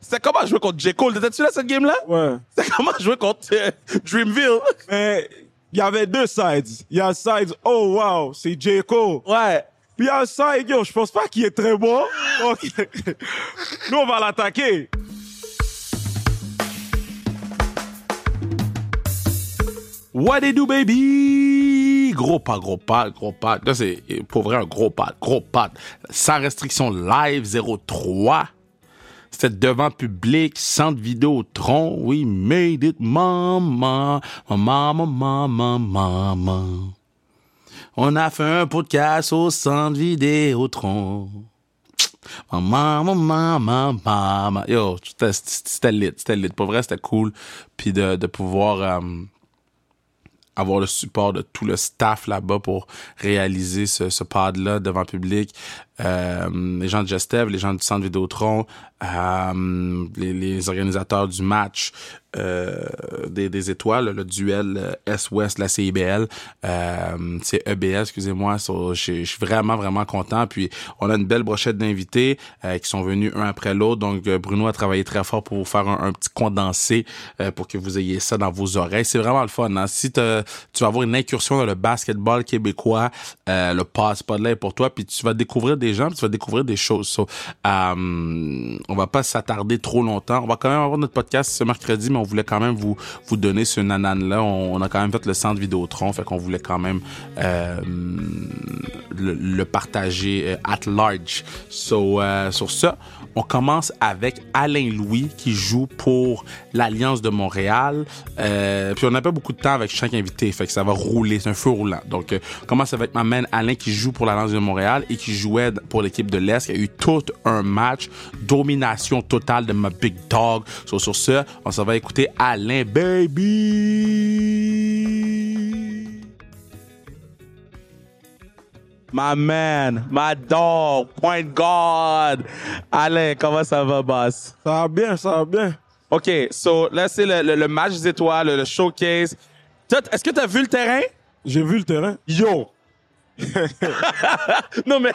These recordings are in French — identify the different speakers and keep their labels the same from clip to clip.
Speaker 1: C'était comment jouer contre J. Cole? T'étais-tu là, cette game-là?
Speaker 2: Ouais.
Speaker 1: C'était comment jouer contre euh, Dreamville?
Speaker 2: Mais il y avait deux sides. Il y a le side, oh wow, c'est J. Cole.
Speaker 1: Ouais.
Speaker 2: Puis il y a le side, yo, je pense pas qu'il est très bon. Ok. Nous, on va l'attaquer.
Speaker 1: What it do, baby? Gros pas, gros pas, gros pas. Là, c'est euh, pour vrai un gros pas, gros pas. Sans restriction live 03. C'était devant public, centre vidéo tronc. We made it, maman, maman, maman, maman. On a fait un podcast au centre vidéo tronc. Maman, maman, maman, maman. Yo, c'était- c'était lit, c'était lit. Pour vrai, c'était cool. Puis de, de pouvoir. euh, avoir le support de tout le staff là-bas pour réaliser ce, ce pad-là devant le public. Euh, les gens de Gestev, les gens du Centre Vidéotron, euh, les, les organisateurs du match euh, des, des étoiles, le duel euh, S-Ouest, la CIBL, euh, c'est EBL, excusez-moi. So, Je je suis vraiment, vraiment content. Puis on a une belle brochette d'invités euh, qui sont venus un après l'autre. Donc euh, Bruno a travaillé très fort pour vous faire un, un petit condensé euh, pour que vous ayez ça dans vos oreilles. C'est vraiment le fun. hein. Si t'as- tu vas avoir une incursion dans le basketball québécois, euh, le passe pas de l'air pour toi, puis tu vas découvrir des gens, puis tu vas découvrir des choses. So, euh, on va pas s'attarder trop longtemps. On va quand même avoir notre podcast ce mercredi, mais on voulait quand même vous vous donner ce nanan là. On, on a quand même fait le centre Vidéotron, fait qu'on voulait quand même euh, le, le partager euh, at large. So, euh, sur ça, on commence avec Alain Louis qui joue pour l'Alliance de Montréal. Euh, puis on n'a pas beaucoup de temps avec chaque invité, fait que ça va rouler, c'est un feu roulant. Donc euh, on commence avec ma man Alain qui joue pour l'Alliance de Montréal et qui jouait pour l'équipe de l'Est. Il y a eu tout un match, domination totale de ma big dog. So, sur ce, on s'en va écouter Alain Baby. My man, my dog, point guard. Alain, comment ça va, boss?
Speaker 2: Ça va bien, ça va bien.
Speaker 1: OK, so là, c'est le, le- le match des étoiles, le showcase. Toi, t- Est-ce que t'as vu le terrain?
Speaker 2: J'ai vu le terrain.
Speaker 1: Yo! non, mais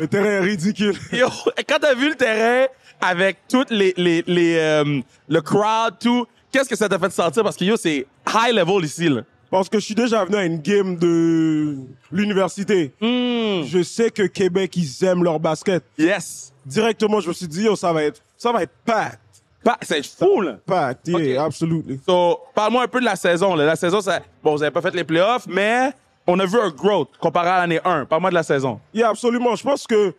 Speaker 2: Le terrain est ridicule.
Speaker 1: yo, quand t'as vu le terrain avec toutes les, les, les euh, le crowd, tout, qu'est-ce que ça t'a fait sentir? Parce que yo, c'est high level ici, là.
Speaker 2: Parce que je suis déjà venu à une game de l'université.
Speaker 1: Hmm.
Speaker 2: Je sais que Québec, ils aiment leur basket.
Speaker 1: Yes!
Speaker 2: Directement, je me suis dit, yo, ça va être, ça va être packed.
Speaker 1: Pa- C'est fou, là!
Speaker 2: Packed, yeah,
Speaker 1: Ok.
Speaker 2: absolutely.
Speaker 1: So, parle-moi un peu de la saison. Là. La saison, ça... bon, vous n'avez pas fait les playoffs, mais on a vu un growth comparé à l'année 1. Parle-moi de la saison.
Speaker 2: Yeah, absolument. Je pense que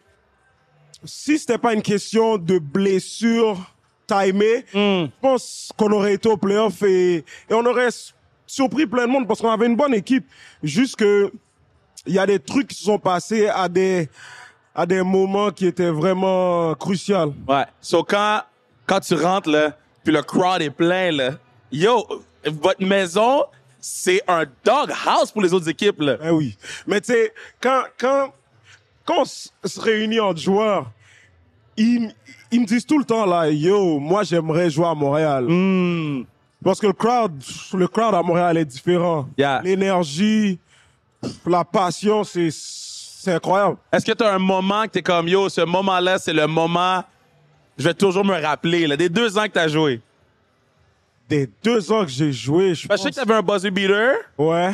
Speaker 2: si c'était pas une question de blessure timée,
Speaker 3: Mm.
Speaker 1: Hmm.
Speaker 2: je pense qu'on aurait été au playoff et, et on aurait s- surpris plein de monde parce qu'on avait une bonne équipe. Juste que il y a des trucs qui se sont passés à des, à des moments qui étaient vraiment cruciaux.
Speaker 1: Ouais. So, quand, quand tu rentres, là, puis le crowd est plein, là, yo, votre maison, c'est un dog house pour les autres équipes. Là.
Speaker 2: Eh oui. Mais tu sais, quand, quand, quand on s- se réunit en joueurs, ils, m- ils me disent tout le temps, là, yo, moi, j'aimerais jouer à Montréal.
Speaker 1: Hmm.
Speaker 2: Parce que le crowd, le crowd à Montréal est différent.
Speaker 1: Yeah.
Speaker 2: L'énergie, la passion, c'est, c'est incroyable.
Speaker 1: Est-ce que tu as un moment que tu es comme, yo, ce moment-là, c'est le moment, je vais toujours me rappeler, là, des deux ans que tu as joué?
Speaker 2: Des deux ans que j'ai joué, je
Speaker 1: Parce que Je sais
Speaker 2: pense.
Speaker 1: que tu avais un buzzer beater.
Speaker 2: Ouais.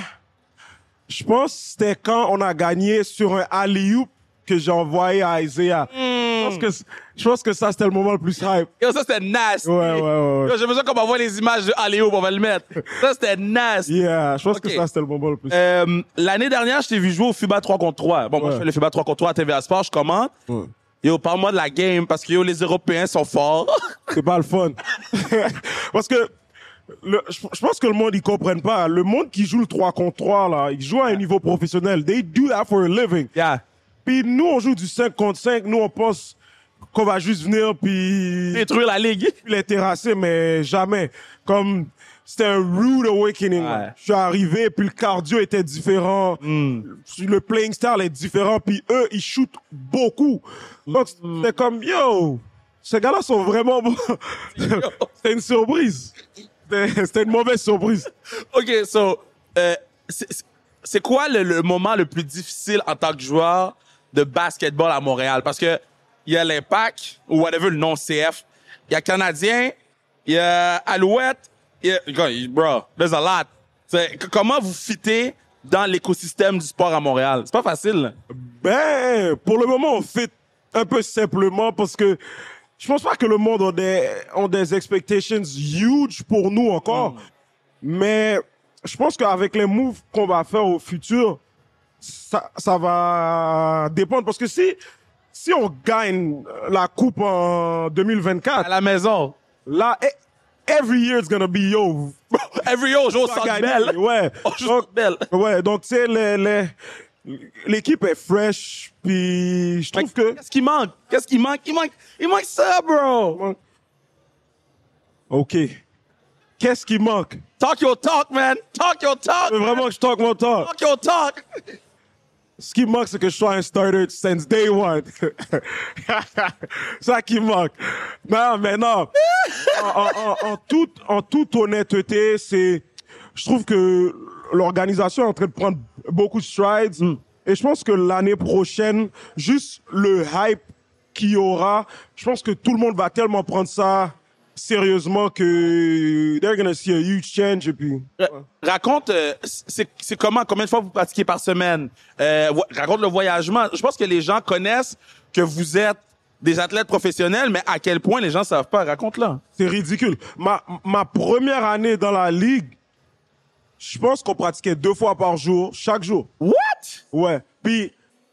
Speaker 2: Je pense que c'était quand on a gagné sur un alley-oop que j'ai envoyé à Isaiah.
Speaker 1: Hmm.
Speaker 2: Je, pense que, c- je pense que ça, c'était le moment le plus hype.
Speaker 1: Yo, ça, c'était nasty.
Speaker 2: Ouais, ouais, ouais, ouais.
Speaker 1: Yo, J'ai besoin qu'on m'envoie les images de Aléo, on va le mettre. Ça, c'était nasty.
Speaker 2: Yeah, je pense
Speaker 1: Ok.
Speaker 2: que ça, c'était le moment le plus.
Speaker 1: Euh, L'année dernière, je t'ai vu jouer au FIBA 3 contre 3. Bon, moi,
Speaker 2: Ouais.
Speaker 1: je fais le FIBA 3 contre 3 à TVA Sport, je commente.
Speaker 2: Ouais.
Speaker 1: Yo, parle-moi de la game, parce que yo, les Européens sont forts.
Speaker 2: C'est pas le fun. Parce que le- je je pense que le monde, ils comprennent pas. Le monde qui joue le 3 contre 3, là, ils jouent à un niveau professionnel. They do that for a living.
Speaker 1: yeah.
Speaker 2: Puis nous, on joue du 5 contre 5. Nous, on pense qu'on va juste venir puis
Speaker 1: Détruire la ligue.
Speaker 2: les terrasser, mais jamais. Comme c'était un rude awakening.
Speaker 1: Ouais.
Speaker 2: là. Je suis arrivé, puis le cardio était différent. Le playing style est différent, puis eux, ils shootent beaucoup. Donc, c'était comme, yo, ces gars-là sont vraiment bons. c'était une surprise. C'était c'était une mauvaise surprise.
Speaker 1: OK, so, euh, c'est- c'est- c'est quoi le, le moment le plus difficile en tant que joueur de basketball à Montréal? Parce que il y a l'impact, ou whatever le nom CF,
Speaker 3: il y a Canadien, il y a Alouette, il y a... Bro, there's a lot. C'est- c- comment vous fitez dans l'écosystème du sport à Montréal? C'est pas facile.
Speaker 2: Ben, pour le moment, on fait un peu simplement parce que je pense pas que le monde a des, a des expectations huge pour nous encore. Mais je pense qu'avec les moves qu'on va faire au futur, ça, ça va dépendre. Parce que si, si on gagne la coupe en
Speaker 3: À
Speaker 2: 2024,
Speaker 3: la maison.
Speaker 2: là, e- every year is gonna be yo.
Speaker 3: Every jour, jour,
Speaker 2: on va
Speaker 3: Centre
Speaker 2: gagner,
Speaker 3: Bell.
Speaker 2: Ouais.
Speaker 3: Au Centre
Speaker 2: Donc,
Speaker 3: Bell.
Speaker 2: Ouais, donc tu sais, les- les- l'équipe est fraîche, puis je trouve que...
Speaker 3: Qu'est-ce qui manque? Qu'est-ce qui manque? Il manque, il manque ça, bro!
Speaker 2: OK. Qu'est-ce qui manque?
Speaker 3: Talk your talk, man! Talk your talk!
Speaker 2: Je veux vraiment que je talk mon temps.
Speaker 3: Talk your talk!
Speaker 2: Ce qui manque, c'est que je sois un starter since day one. Ça qui manque. Non, mais non. En, en- en- en toute, en toute honnêteté, c'est, je trouve que l'organisation est en train de prendre beaucoup de strides. Et je pense que l'année prochaine, juste le hype qu'il y aura, je pense que tout le monde va tellement prendre ça sérieusement que they're gonna see a huge change et puis.
Speaker 3: Ra- Raconte, euh, c'est c'est comment, combien de fois vous pratiquez par semaine? Euh, vo- raconte le voyagement. Je pense que les gens connaissent que vous êtes des athlètes professionnels, mais à quel point les gens savent pas. Raconte-le.
Speaker 2: C'est ridicule. Ma, ma première année dans la ligue, je pense qu'on pratiquait deux fois par jour, chaque jour.
Speaker 3: What?
Speaker 2: Ouais. Puis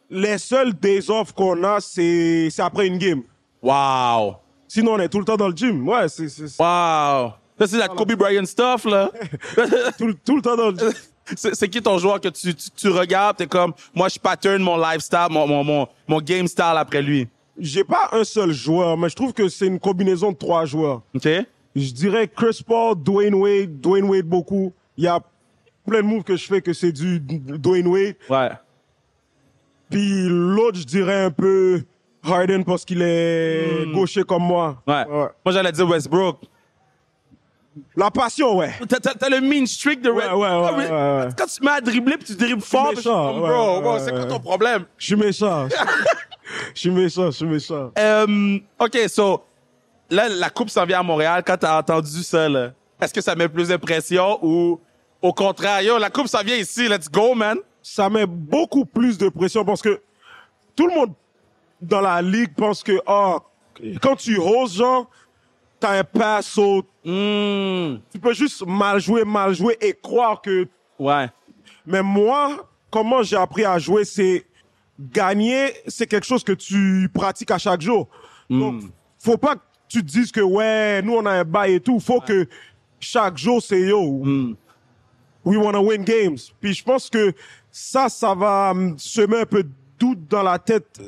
Speaker 2: les seuls days off qu'on a, c'est c'est après une game.
Speaker 3: Wow!
Speaker 2: Sinon, on est tout le temps dans le gym. Ouais, c'est c'est- c'est
Speaker 3: Wow! Ça, c'est la Kobe Bryant stuff, là.
Speaker 2: tout, le- tout le temps dans le gym.
Speaker 3: c'est c'est qui ton joueur que tu, tu, tu regardes? T'es comme, moi, je pattern mon lifestyle, mon, mon, mon, mon game style après lui.
Speaker 2: J'ai pas un seul joueur, mais je trouve que c'est une combinaison de trois joueurs.
Speaker 3: OK?
Speaker 2: Je dirais Chris Paul, Dwayne Wade, Dwayne Wade beaucoup. Il y a plein de moves que je fais que c'est du Dwayne Wade.
Speaker 3: Ouais.
Speaker 2: Puis l'autre, je dirais un peu Harden parce qu'il est gaucher comme moi.
Speaker 3: Ouais. Moi, j'allais dire Westbrook.
Speaker 2: La passion, ouais.
Speaker 3: T'as- T'as t'as le mean streak de
Speaker 2: Ouais,
Speaker 3: Red-
Speaker 2: ouais, ouais,
Speaker 3: Ah, mais-
Speaker 2: ouais, ouais.
Speaker 3: Quand tu te mets à dribbler puis tu dribbles fort,
Speaker 2: méchant,
Speaker 3: je suis comme,
Speaker 2: ouais,
Speaker 3: bro,
Speaker 2: ouais,
Speaker 3: bro,
Speaker 2: ouais,
Speaker 3: c'est quoi
Speaker 2: ouais.
Speaker 3: ton problème?
Speaker 2: Je suis méchant. Je suis méchant, je suis méchant.
Speaker 3: Euh, OK, so, là, la coupe s'en vient à Montréal. Quand t'as entendu ça, là, est-ce que ça met plus de pression ou au contraire, yo, la coupe s'en vient ici, let's go, man.
Speaker 2: Ça met beaucoup plus de pression parce que tout le monde dans la ligue pense que ah, quand tu hoses, genre, t'as un pass au-
Speaker 3: Hmm,
Speaker 2: Tu peux juste mal jouer, mal jouer et croire que
Speaker 3: ouais.
Speaker 2: Mais moi, comment j'ai appris à jouer, c'est gagner, c'est quelque chose que tu pratiques à chaque jour.
Speaker 3: Hmm.
Speaker 2: Donc, faut pas que tu te dises que ouais, nous on a un bail et tout. Faut que chaque jour c'est yo.
Speaker 3: Hmm.
Speaker 2: We wanna win games. Puis je pense que ça, ça va hum, semer un peu de doute dans la tête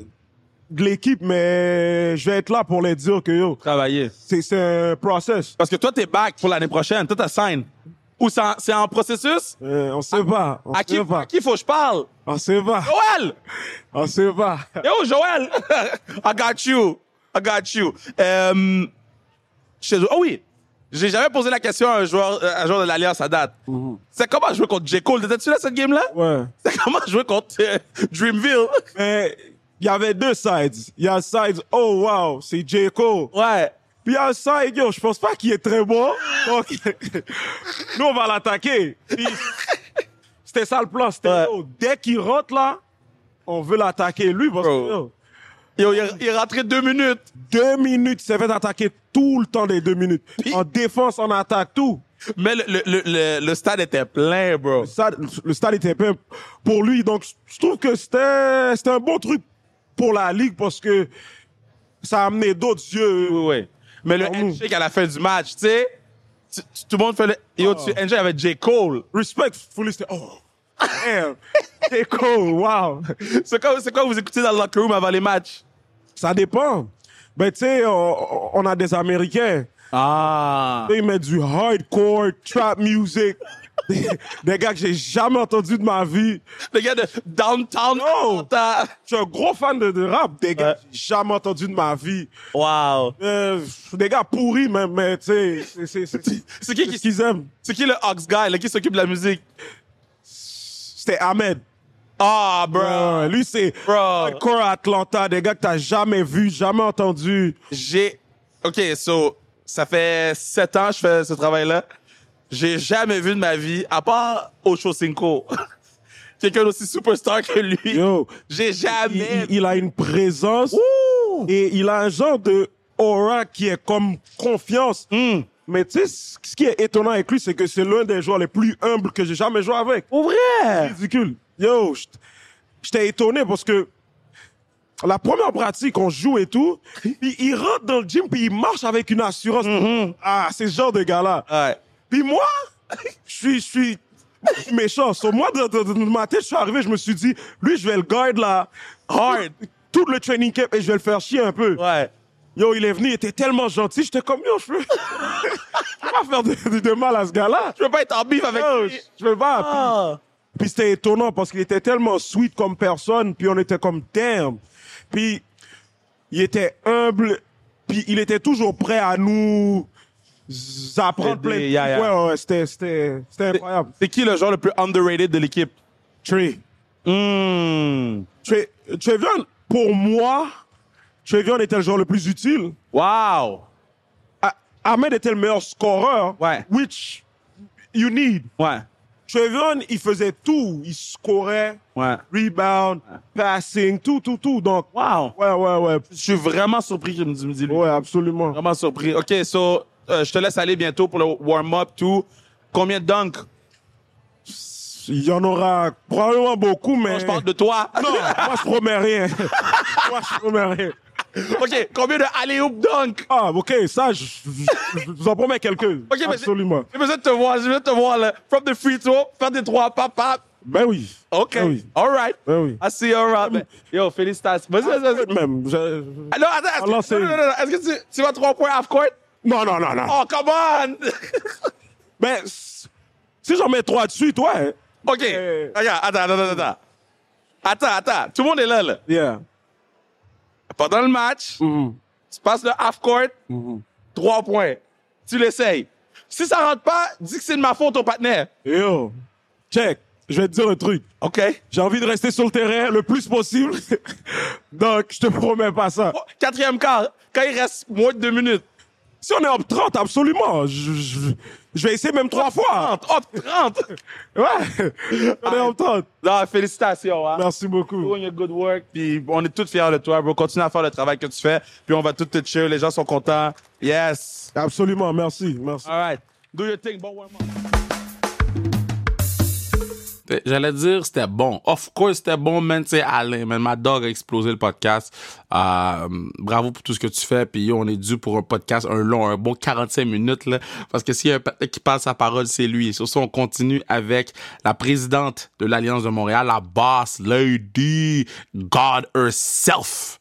Speaker 2: de l'équipe, mais je vais être là pour les dire que yo,
Speaker 3: Travailler.
Speaker 2: c'est c'est un process.
Speaker 3: Parce que toi, t'es back pour l'année prochaine. Toi, t'as sign. Ou c'est en- c'est en processus?
Speaker 2: Euh, on sait pas, on
Speaker 3: À qui,
Speaker 2: sait
Speaker 3: à
Speaker 2: pas,
Speaker 3: qui faut que je parle?
Speaker 2: on sait pas,
Speaker 3: Joël!
Speaker 2: on sait pas.
Speaker 3: Yo, Joël, I got you. I got you. Euh, chez eux- oh oui, j'ai jamais posé la question à un joueur, euh, à un joueur de l'Alliance à date. C'est comment jouer contre J. Cole? T'étais-tu là, cette game-là?
Speaker 2: Ouais.
Speaker 3: C'est comment jouer contre euh, Dreamville?
Speaker 2: Mais il Ben, y avait deux sides. Il y a le side, oh wow, c'est J. Cole.
Speaker 3: Ouais.
Speaker 2: Puis il y a le side, yo, je pense pas qu'il est très bon. Donc, nous, on va l'attaquer. Puis, c'était ça le plan. C'était,
Speaker 3: Ouais.
Speaker 2: yo, dès qu'il rentre là, on veut l'attaquer lui parce
Speaker 3: Bro.
Speaker 2: que, yo,
Speaker 3: Yo, il, est- il est rentré deux minutes.
Speaker 2: deux minutes, il s'est fait attaquer tout le temps des deux minutes. En défense, en attaque, tout.
Speaker 3: Mais le, le, le, le- le stade était plein, bro.
Speaker 2: Ça, le stade était plein pour lui. Donc, je trouve que c'était, c'était un bon truc pour la ligue parce que ça a amené d'autres yeux.
Speaker 3: Oui, oui. Mais le
Speaker 2: Oh,
Speaker 3: handshake à la fin du match, tu sais, tu- tu- tout le monde fait le... Yo, tu handshake avec J. Cole.
Speaker 2: respectfully say, oh, damn, c'est cool, wow.
Speaker 3: C'est quoi, c'est quoi vous écoutez dans le locker room avant les matchs?
Speaker 2: Ça dépend. Ben, tu sais, on, on a des Américains.
Speaker 3: Ah.
Speaker 2: Ils mettent du hardcore, trap music. des, des gars que j'ai jamais entendus de ma vie.
Speaker 3: Le gars de Downtown.
Speaker 2: Non.
Speaker 3: Atlanta.
Speaker 2: Je suis un gros fan de, de rap. Des gars
Speaker 3: Ouais.
Speaker 2: que j'ai jamais entendus de ma vie.
Speaker 3: Wow.
Speaker 2: Euh, des gars pourris, même, mais tu sais, c'est- c'est c'est-
Speaker 3: C'est
Speaker 2: c'est ce
Speaker 3: qui, qui,
Speaker 2: qu'ils aiment.
Speaker 3: c'est qui le Ox Guy, là, qui s'occupe de la musique?
Speaker 2: C'était Ahmed.
Speaker 3: Ah, bro.
Speaker 2: Euh, lui, c'est
Speaker 3: Bro.
Speaker 2: hardcore Atlanta. Des gars que t'as jamais vu, jamais entendu.
Speaker 3: J'ai OK, so, ça fait sept ans que je fais ce travail-là. J'ai jamais vu de ma vie, à part Ocho Cinco, quelqu'un d'aussi superstar que lui.
Speaker 2: Yo,
Speaker 3: J'ai
Speaker 2: il,
Speaker 3: jamais.
Speaker 2: il- il a une présence
Speaker 3: Ouh!
Speaker 2: et il a un genre de aura qui est comme confiance.
Speaker 3: Hmm.
Speaker 2: Mais tu sais, ce ce qui est étonnant avec lui, c'est que c'est l'un des joueurs les plus humbles que j'ai jamais joué avec.
Speaker 3: Pour vrai!
Speaker 2: Ridicule. Yo, j't- j'étais étonné parce que la première pratique, on joue et tout, puis il rentre dans le gym, puis il marche avec une assurance. Ah, c'est ce genre de gars-là.
Speaker 3: Ouais.
Speaker 2: Puis moi, je suis, je suis méchant. Sur moi, dans, dans- dans ma tête, je suis arrivé, je me suis dit, lui, je vais le guide là, hard, tout le training camp, et je vais le faire chier un peu.
Speaker 3: Ouais.
Speaker 2: Yo, il est venu, il était tellement gentil, j'étais comme, yo, je peux, je peux pas faire de, de- de mal à ce gars-là.
Speaker 3: Je veux pas être en bif avec
Speaker 2: Yo,
Speaker 3: lui.
Speaker 2: je- je peux pas. Puis-
Speaker 3: Ah.
Speaker 2: puis c'était étonnant parce qu'il était tellement sweet comme personne, puis on était comme damn. Puis il était humble, puis il était toujours prêt à nous apprendre
Speaker 3: Aider,
Speaker 2: plein de
Speaker 3: yeah, yeah.
Speaker 2: Ouais, ouais, c'était, c'était, c'était incroyable.
Speaker 3: C'est qui le joueur le plus underrated de l'équipe?
Speaker 2: Trey.
Speaker 3: Hum.
Speaker 2: Trey, Trevion, pour moi, Trevion était le joueur le plus utile.
Speaker 3: Wow!
Speaker 2: Ah, Ahmed était le meilleur scoreur,
Speaker 3: Ouais.
Speaker 2: which you need.
Speaker 3: Ouais.
Speaker 2: Trevion, il faisait tout. Il scorait,
Speaker 3: Ouais.
Speaker 2: rebound, passing, tout, tout, tout. Donc,
Speaker 3: Wow!
Speaker 2: ouais, ouais, ouais.
Speaker 3: Je suis vraiment surpris que tu me dis lui.
Speaker 2: Ouais, absolument.
Speaker 3: Vraiment surpris. OK, so, euh, je te laisse aller bientôt pour le warm-up, tout. Combien de dunks?
Speaker 2: Il y en aura probablement beaucoup, mais.
Speaker 3: Quand je parle de toi.
Speaker 2: Non, moi je promets rien. moi je promets rien.
Speaker 3: OK, combien de alley-oop dunks?
Speaker 2: Ah, ok, ça, je, je- je vous en promets quelques.
Speaker 3: OK, mais j'ai-
Speaker 2: absolument.
Speaker 3: J'ai besoin de te voir, j'ai besoin de te voir, là. From the free throw, faire des trois, pap, pap.
Speaker 2: Ben oui.
Speaker 3: OK,
Speaker 2: Ben oui.
Speaker 3: all right.
Speaker 2: Ben oui.
Speaker 3: I see, all right. man. Yo, félicitations. Vas-y, vas-y, vas-y.
Speaker 2: Même. je-
Speaker 3: Ah, Non, attends, est-ce que-
Speaker 2: Alors, c'est-
Speaker 3: non, non, non, non. Est-ce que tu, tu vas trois points half-court?
Speaker 2: Non, non, non, non.
Speaker 3: Oh, come on!
Speaker 2: Ben, s- si j'en mets trois de suite, ouais.
Speaker 3: OK,
Speaker 2: Euh.
Speaker 3: regarde, attends, attends, attends, attends. Attends, attends, tout le monde est là, là.
Speaker 2: Yeah.
Speaker 3: Pendant le match,
Speaker 2: Mhm.
Speaker 3: tu passes le half-court, trois points. Tu l'essayes. Si ça rentre pas, dis que c'est de ma faute au partenaire.
Speaker 2: Yo, check. Je vais te dire un truc.
Speaker 3: OK.
Speaker 2: J'ai envie de rester sur le terrain le plus possible. Donc, je te promets pas ça.
Speaker 3: Oh, Quatrième quart, quand il reste moins de deux minutes.
Speaker 2: Si on est en 30, absolument. Je, je- je vais essayer même trois fois.
Speaker 3: 30, hop, 30.
Speaker 2: Ouais. On est en 30.
Speaker 3: Non, félicitations. Hein.
Speaker 2: Merci beaucoup.
Speaker 3: Doing a good work. Puis on est tous fiers de toi, bro. Continue à faire le travail que tu fais. Puis on va tout te cheer. Les gens sont contents. Yes.
Speaker 2: Absolument, merci, merci.
Speaker 3: All right. Do your thing, bon warm up.
Speaker 1: T'sais, J'allais dire, c'était bon. Of course, c'était bon, man. Tu sais, Alain, man, ma dog a explosé le podcast. Euh, bravo pour tout ce que tu fais. Puis, yo, on est dû pour un podcast, un long, un bon 45 minutes, là. Parce que s'il y a un patin qui passe sa parole, c'est lui. Sur ça, on continue avec la présidente de l'Alliance de Montréal, la boss lady, God herself.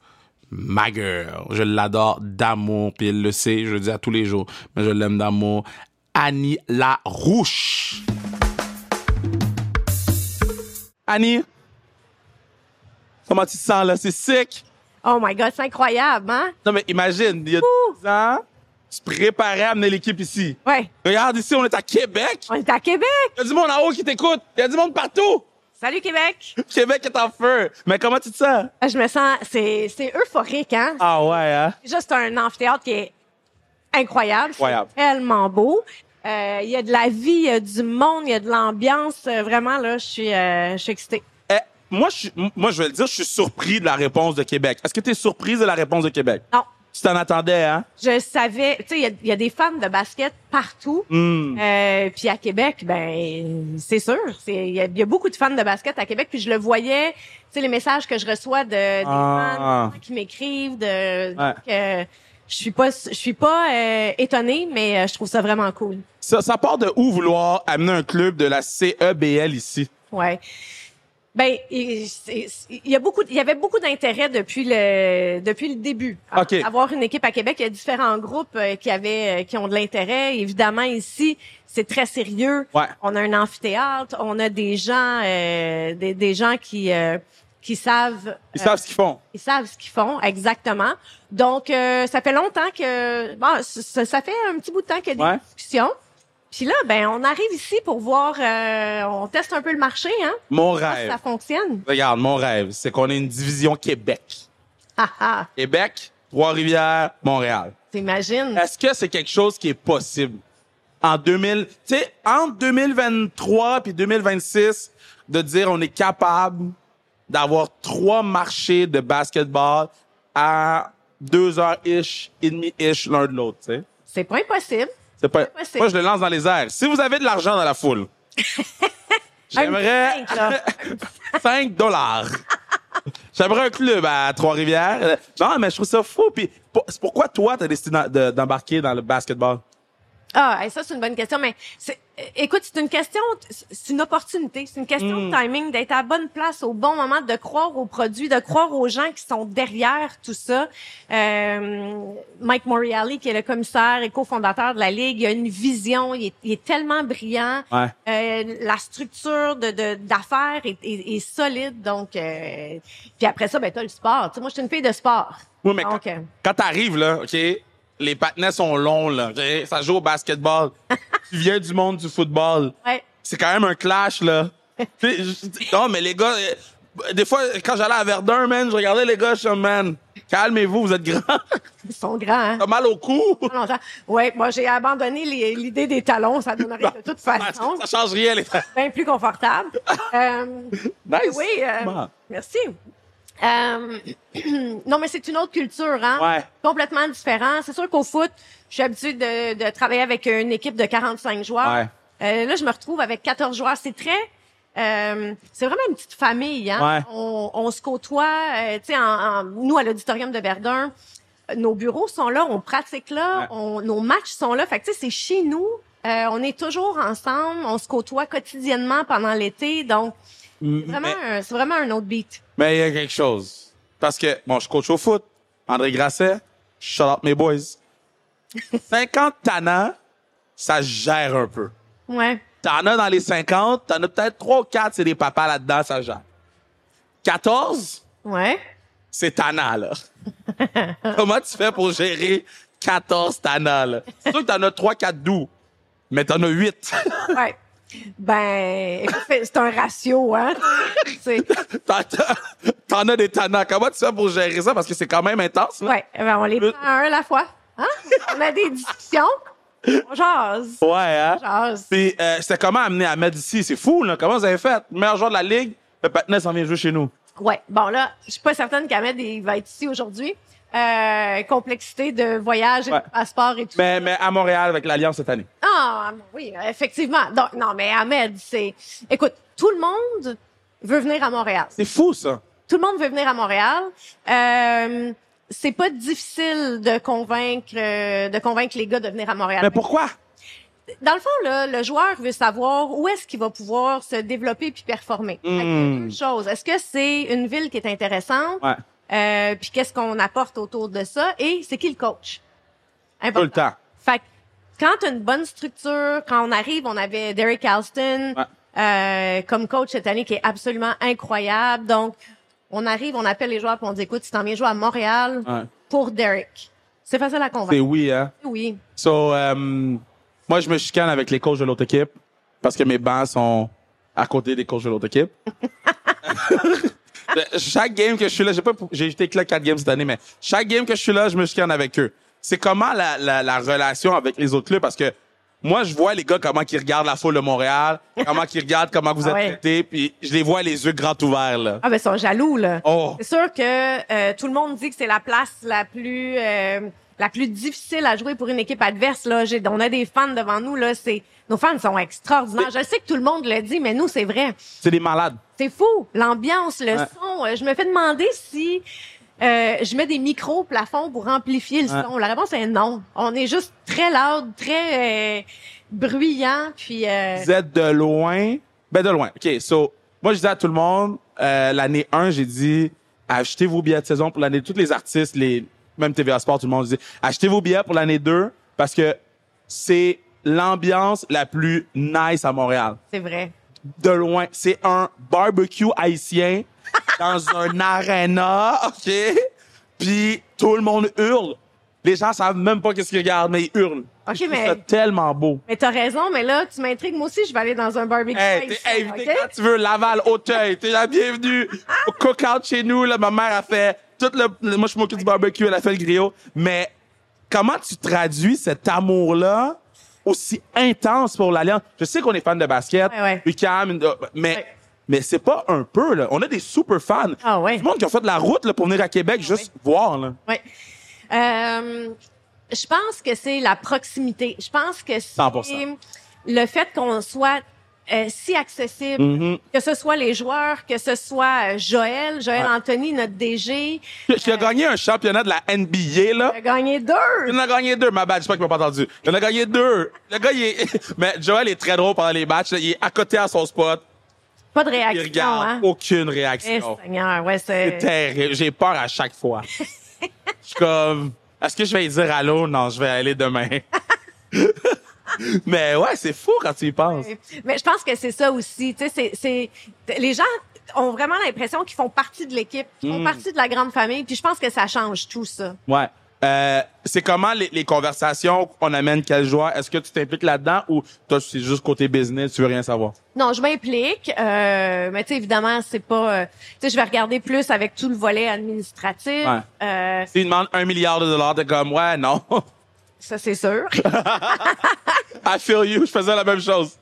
Speaker 1: Ma gueule, je l'adore d'amour, puis elle le sait, je le dis à tous les jours, mais je l'aime d'amour. Annie Larouche.
Speaker 3: Annie, comment tu te sens là? C'est sick.
Speaker 4: Oh my God, c'est incroyable, hein?
Speaker 3: Non, mais imagine, il y a
Speaker 4: Ouh.
Speaker 3: 10 ans, tu te préparais à amener l'équipe ici.
Speaker 4: Ouais,
Speaker 3: Regarde ici, on est à Québec.
Speaker 4: on est à Québec.
Speaker 3: Il y a du monde en haut qui t'écoute. Il y a du monde partout.
Speaker 4: Salut Québec.
Speaker 3: Québec est en feu. Mais comment tu te sens?
Speaker 4: Ah, Je me sens, c'est, c'est euphorique, hein?
Speaker 3: Ah ouais, hein?
Speaker 4: Déjà, c'est un amphithéâtre qui est incroyable.
Speaker 3: Incroyable.
Speaker 4: C'est tellement beau. Euh, Il y a de la vie, il y a du monde, il y a de l'ambiance. Euh, Vraiment, là, je suis, euh, je suis excitée.
Speaker 3: Eh, moi, je, suis- m- moi, je vais le dire, je suis surpris de la réponse de Québec. Est-ce que tu es surprise de la réponse de Québec?
Speaker 4: Non,
Speaker 3: Tu t'en attendais, hein?
Speaker 4: je savais, tu sais, il y a- il y, a des fans de basket partout.
Speaker 3: Hmm.
Speaker 4: Euh, puis à Québec, ben, c'est sûr. c'est- Il y, a- il y a beaucoup de fans de basket à Québec. Puis je le voyais, tu sais, les messages que je reçois de, des
Speaker 3: Ah.
Speaker 4: fans des gens qui m'écrivent. De,
Speaker 3: Ouais.
Speaker 4: que je suis pas, je suis pas euh, étonnée, mais euh, je trouve ça vraiment cool.
Speaker 3: Ça, ça part de où vouloir amener un club de la CEBL ici?
Speaker 4: Ouais. Ben, il c'est- il y a beaucoup, il y avait beaucoup d'intérêt depuis le depuis le début. à
Speaker 3: OK.
Speaker 4: Avoir une équipe à Québec, il y a différents groupes euh, qui avaient, euh, qui ont de l'intérêt. Évidemment, ici, c'est très sérieux.
Speaker 3: Ouais.
Speaker 4: On a un amphithéâtre, on a des gens, euh, des, des gens qui euh, qui savent.
Speaker 3: Ils
Speaker 4: euh,
Speaker 3: savent ce qu'ils font.
Speaker 4: ils savent ce qu'ils font exactement. Donc, euh, ça fait longtemps que bon, ça, ça fait un petit bout de temps qu'il y a des
Speaker 3: Ouais.
Speaker 4: discussions. Puis là, ben, on arrive ici pour voir, euh, on teste un peu le marché, hein,
Speaker 3: Mon
Speaker 4: voir si
Speaker 3: rêve.
Speaker 4: ça fonctionne.
Speaker 3: Regarde, mon rêve, c'est qu'on ait une division Québec.
Speaker 4: Ah, ah.
Speaker 3: Québec, Trois-Rivières, Montréal.
Speaker 4: T'imagines?
Speaker 3: Est-ce que c'est quelque chose qui est possible en 2000, tu sais, entre 2023 puis 2026, de dire on est capable d'avoir trois marchés de basketball à deux heures ish et demie ish l'un de l'autre, tu sais.
Speaker 4: C'est pas impossible.
Speaker 3: C'est pas.
Speaker 4: possible.
Speaker 3: Moi, je le lance dans les airs. Si vous avez de l'argent dans la foule, j'aimerais
Speaker 4: Un petit cinq, là.
Speaker 3: 5 dollars. J'aimerais un club à Trois-Rivières. Euh, Non, mais je trouve ça fou. Puis, pour- c'est pourquoi toi, t'as décidé d'en- de- d'embarquer dans le basketball?
Speaker 4: Ah, hey, ça, c'est une bonne question, mais c'est- euh, écoute, c'est une question, c'est une opportunité, c'est une question
Speaker 3: Mm.
Speaker 4: de timing, d'être à la bonne place au bon moment, de croire aux produits, de croire aux gens qui sont derrière tout ça. Euh, Mike Morreale, qui est le commissaire et cofondateur de la Ligue, il a une vision, il est, il est tellement brillant.
Speaker 3: Ouais.
Speaker 4: Euh, la structure de, de- d'affaires est, est- est solide, donc... euh, puis après ça, ben, t'as le sport. Tu sais, moi, je suis une fille de sport.
Speaker 3: Oui, mais
Speaker 4: Donc,
Speaker 3: quand,
Speaker 4: euh,
Speaker 3: quand t'arrives, là, OK, les patinets sont longs, là. OK, Ça joue au basketball. tu viens du monde du football.
Speaker 4: ouais.
Speaker 3: C'est quand même un clash, là. Tu sais, je- non, mais les gars, euh, des fois, quand j'allais à Verdun, man, je regardais les gars, je suis comme, man, calmez-vous, vous êtes grands.
Speaker 4: Ils sont grands, hein?
Speaker 3: T'as mal au cou.
Speaker 4: Pas longtemps. Ouais, moi j'ai abandonné les- l'idée des talons, ça donne rien de toute façon.
Speaker 3: Ça change rien, les
Speaker 4: Bien plus confortable. Euh,
Speaker 3: Nice.
Speaker 4: oui, euh,
Speaker 3: Bon.
Speaker 4: merci. Euh, non, mais c'est une autre culture, hein?
Speaker 3: Ouais.
Speaker 4: Complètement différent. C'est sûr qu'au foot, je suis habituée de, de travailler avec une équipe de 45 joueurs.
Speaker 3: Ouais.
Speaker 4: Euh, là, je me retrouve avec 14 joueurs. C'est très... euh, c'est vraiment une petite famille, hein?
Speaker 3: Ouais.
Speaker 4: On, on se côtoie, euh, tu sais, en, en- nous, à l'auditorium de Verdun, euh, nos bureaux sont là, on pratique là,
Speaker 3: Ouais.
Speaker 4: on- nos matchs sont là. Fait que, tu sais, c'est chez nous. Euh, on est toujours ensemble, on se côtoie quotidiennement pendant l'été, donc c'est vraiment,
Speaker 3: Mm, Mais-
Speaker 4: un- c'est vraiment un autre beat.
Speaker 3: Mais il y a quelque chose. Parce que, bon, je coach au foot. André Grasset, shout out mes boys. 50 tannants, ça gère un peu.
Speaker 4: Ouais.
Speaker 3: T'en as dans les 50, t'en as peut-être 3 ou 4, c'est des papas là-dedans, ça gère. 14,
Speaker 4: Ouais.
Speaker 3: c'est tannant, là. Comment tu fais pour gérer 14 tannants, là? C'est sûr que t'en as 3, 4 doux, mais t'en as 8.
Speaker 4: Ouais. Ben, écoute, c'est c'est un ratio, hein. C'est-
Speaker 3: T'en- t'en- T'en as des tannants. Comment tu fais pour gérer ça? Parce que c'est quand même intense, là.
Speaker 4: ouais, ben, on les prend un à la fois. Hein? On a des discussions. On jase.
Speaker 3: Ouais, hein?
Speaker 4: On jase.
Speaker 3: Puis, euh, c'était comment amener Ahmed ici? C'est fou, là. Comment vous avez fait? Meilleur joueur de la ligue, le patinet s'en vient jouer chez nous.
Speaker 4: Ouais. Bon, là, je suis pas certaine qu'Ahmed il va être ici aujourd'hui. Euh, complexité de voyage et
Speaker 3: Ouais.
Speaker 4: de passeport et tout.
Speaker 3: Mais, mais à Montréal avec l'Alliance cette année.
Speaker 4: Ah, oui, effectivement. Donc, non, mais Ahmed, c'est. Écoute, tout le monde veut venir à Montréal.
Speaker 3: C'est fou, ça.
Speaker 4: tout le monde veut venir à Montréal. Euh, c'est pas difficile de convaincre euh, de convaincre les gars de venir à Montréal.
Speaker 3: Mais pourquoi?
Speaker 4: Dans le fond, là, le joueur veut savoir où est-ce qu'il va pouvoir se développer puis performer. Fait que
Speaker 3: Hmm.
Speaker 4: deux choses. Est-ce que c'est une ville qui est intéressante?
Speaker 3: Ouais.
Speaker 4: Euh, puis qu'est-ce qu'on apporte autour de ça? Et c'est qui le coach? Important.
Speaker 3: Tout le temps.
Speaker 4: Fait que quand t'as une bonne structure, quand on arrive, on avait Derek Alston
Speaker 3: Ouais.
Speaker 4: euh, comme coach cette année qui est absolument incroyable. Donc, on arrive, on appelle les joueurs puis on dit écoute, tu t'en viens jouer à Montréal
Speaker 3: Ouais.
Speaker 4: pour Derek. C'est facile à convaincre.
Speaker 3: C'est oui, hein?
Speaker 4: Oui.
Speaker 3: So, euh, moi, je me chicane avec les coachs de l'autre équipe parce que mes bancs sont à côté des coachs de l'autre équipe. Ben, chaque game que je suis là, j'ai pas, j'ai été que là quatre games cette année, mais chaque game que je suis là, je me chicane avec eux. C'est comment la, la, la relation avec les autres clubs parce que moi, je vois les gars comment ils regardent la foule de Montréal, comment ils regardent comment vous
Speaker 4: Ah
Speaker 3: êtes
Speaker 4: ouais.
Speaker 3: traités, puis je les vois les yeux grands ouverts, là.
Speaker 4: Ah ben ils sont jaloux là.
Speaker 3: Oh.
Speaker 4: C'est sûr que euh, tout le monde dit que c'est la place la plus euh, la plus difficile à jouer pour une équipe adverse là. J'ai, on a des fans devant nous là. C'est nos fans sont extraordinaires. Je sais que tout le monde le dit, mais nous c'est vrai.
Speaker 3: C'est des malades.
Speaker 4: C'est fou, l'ambiance, le
Speaker 3: Ouais.
Speaker 4: son. Euh, Je me fais demander si euh, je mets des micros au plafond pour amplifier le
Speaker 3: Ouais.
Speaker 4: son. La réponse est non. On est juste très loud, très euh, bruyant, puis euh,
Speaker 3: Vous êtes de loin. Ben, de loin. OK, so, moi, je dis à tout le monde, euh, l'année 1, j'ai dit, achetez vos billets de saison pour l'année. Tous les artistes, les, même TVA Sport, tout le monde dit, achetez vos billets pour l'année 2 parce que c'est l'ambiance la plus nice à Montréal.
Speaker 4: c'est vrai.
Speaker 3: De loin. C'est un barbecue haïtien dans un arena, OK? Puis tout le monde hurle. Les gens savent même pas qu'est-ce qu'ils regardent, mais ils hurlent.
Speaker 4: OK,
Speaker 3: Je trouve
Speaker 4: mais-
Speaker 3: ça tellement beau.
Speaker 4: Mais t'as raison, mais là, tu m'intrigues. Moi aussi, je vais aller dans un barbecue.
Speaker 3: Hey,
Speaker 4: ici,
Speaker 3: t'es invité
Speaker 4: ok?
Speaker 3: quand tu veux, Laval, Auteuil. T'es la bienvenue au cook-out chez nous. Là, ma mère a fait tout le, le- moi, je m'occupe du barbecue, elle a fait le griot. Mais comment tu traduis cet amour-là aussi intense pour l'Alliance? Je sais qu'on est fan de basket,
Speaker 4: Ouais, ouais.
Speaker 3: UQAM, une- euh, mais,
Speaker 4: Ouais.
Speaker 3: mais c'est pas un peu, là. On a des super fans.
Speaker 4: Ah, ouais. Ah,
Speaker 3: Du monde qui ont fait de la route, là, pour venir à Québec juste voir, là.
Speaker 4: Ouais. Euh, je pense que c'est la proximité. Je pense que c'est
Speaker 3: 100%.
Speaker 4: le fait qu'on soit euh, si accessible, que ce soit les joueurs, que ce soit euh, Joël, Joël Anthony, notre DG,
Speaker 3: Qui a gagné un championnat de la NBA, là.
Speaker 4: a gagné deux.
Speaker 3: Il en a gagné deux, ma bad, j'espère qu'il m'a pas entendu. Il en a gagné deux. Le gars, il est... Mais Joel est très drôle pendant les matchs. là. Il est à côté à son spot.
Speaker 4: Pas de
Speaker 3: Il
Speaker 4: réaction,
Speaker 3: regarde.
Speaker 4: hein?
Speaker 3: Aucune
Speaker 4: Eh,
Speaker 3: réaction.
Speaker 4: Seigneur, ouais,
Speaker 3: C'est
Speaker 4: c'est...
Speaker 3: terrible. J'ai peur à chaque fois. Je suis comme... Est-ce que je vais lui dire allô? Non, je vais aller demain. Mais ouais, c'est fou quand tu y penses.
Speaker 4: Mais je pense que c'est ça aussi. Tu sais, c'est, c'est, les gens ont vraiment l'impression qu'ils font partie de l'équipe, qu'ils font partie de la grande famille. Puis je pense que ça change tout ça.
Speaker 3: Ouais. Euh, c'est comment les, les conversations, on amène quel joueur? Est-ce que tu t'impliques là-dedans ou toi, c'est juste côté business, tu veux rien savoir?
Speaker 4: Non, je m'implique, euh, mais tu sais, évidemment, c'est pas... euh, tu sais, je vais regarder plus avec tout le volet administratif.
Speaker 3: Ouais.
Speaker 4: Euh,
Speaker 3: S'il demande un milliard de dollars, t'es comme, ouais, non.
Speaker 4: ça, c'est sûr.
Speaker 3: I feel you, je faisais la même chose.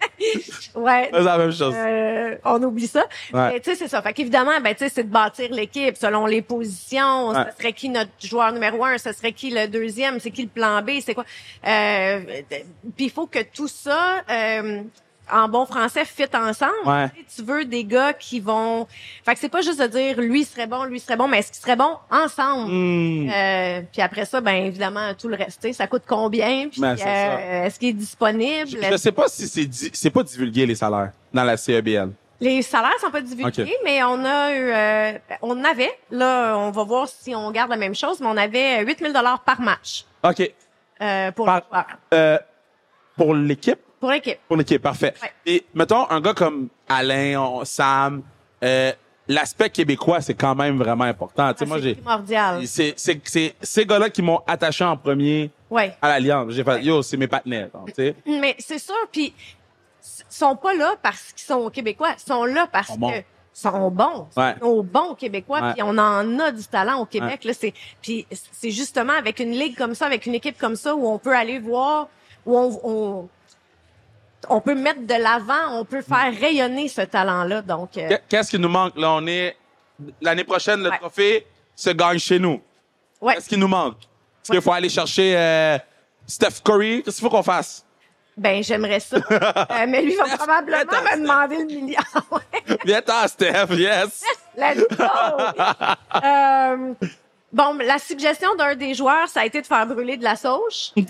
Speaker 4: ouais.
Speaker 3: Je faisais la même chose.
Speaker 4: Euh, on oublie ça.
Speaker 3: Ouais.
Speaker 4: Mais tu sais, c'est ça. Fait qu'évidemment, ben, tu sais, c'est de bâtir l'équipe selon les positions.
Speaker 3: Ouais.
Speaker 4: Ce serait qui notre joueur numéro un? Ce serait qui le deuxième? C'est qui le plan B? C'est quoi? Euh, d- Puis il faut que tout ça, euh, en bon français, fit ensemble.
Speaker 3: Ouais.
Speaker 4: Tu sais, Tu veux des gars qui vont... Fait que c'est pas juste de dire lui serait bon, lui serait bon, mais est-ce qu'ils seraient bons ensemble?
Speaker 3: Mm.
Speaker 4: Euh, puis après ça, ben évidemment, tout le reste, tu sais, ça coûte combien? Puis
Speaker 3: Ben, c'est ça.
Speaker 4: euh, est-ce qu'il est disponible?
Speaker 3: Je je sais pas si c'est di- c'est pas divulgué les salaires dans la E CEBL.
Speaker 4: Les salaires sont pas divulgués,
Speaker 3: Ok.
Speaker 4: mais on a eu, euh, on avait, là, on va voir si on garde la même chose, mais on avait 8000 dollars par match
Speaker 3: OK.
Speaker 4: euh, pour
Speaker 3: Par-
Speaker 4: le joueur,
Speaker 3: Euh, pour l'équipe,
Speaker 4: pour l'équipe.
Speaker 3: pour l'équipe, parfait.
Speaker 4: Ouais.
Speaker 3: Et mettons un gars comme Alain, on- Sam, euh, l'aspect québécois c'est quand même vraiment important. Tu sais,
Speaker 4: Ah,
Speaker 3: moi
Speaker 4: c'est
Speaker 3: j'ai
Speaker 4: primordial.
Speaker 3: c'est c'est c'est ces gars-là qui m'ont attaché en premier
Speaker 4: Ouais.
Speaker 3: à l'alliance. J'ai fait yo, c'est mes partenaires, donc, tu sais.
Speaker 4: Mais c'est sûr, puis s- sont pas là parce qu'ils sont québécois, sont là parce
Speaker 3: Sont bons.
Speaker 4: que sont bons, sont
Speaker 3: Ouais.
Speaker 4: nos bons québécois,
Speaker 3: Ouais.
Speaker 4: puis on en a du talent au Québec là, c'est puis c'est justement avec une ligue comme ça, avec une équipe comme ça où on peut aller voir où on on, on peut mettre de l'avant, on peut
Speaker 3: Mm.
Speaker 4: faire rayonner ce talent là donc euh,
Speaker 3: Qu'est- Qu'est-ce qui nous manque là, on est l'année prochaine le
Speaker 4: Ouais.
Speaker 3: trophée se gagne chez nous.
Speaker 4: ouais.
Speaker 3: Qu'est-ce qui nous manque Est-ce qu'il faut aller chercher euh, Steph Curry Qu'est-ce qu'il faut qu'on fasse
Speaker 4: Ben j'aimerais ça. Euh, mais lui va probablement
Speaker 3: Attends,
Speaker 4: me demander le milliard. Ouais.
Speaker 3: Viens-t'en, Steph, yes.
Speaker 4: Let's go! Euh, bon, la suggestion d'un des joueurs, ça a été de faire brûler de la sauge.
Speaker 3: non!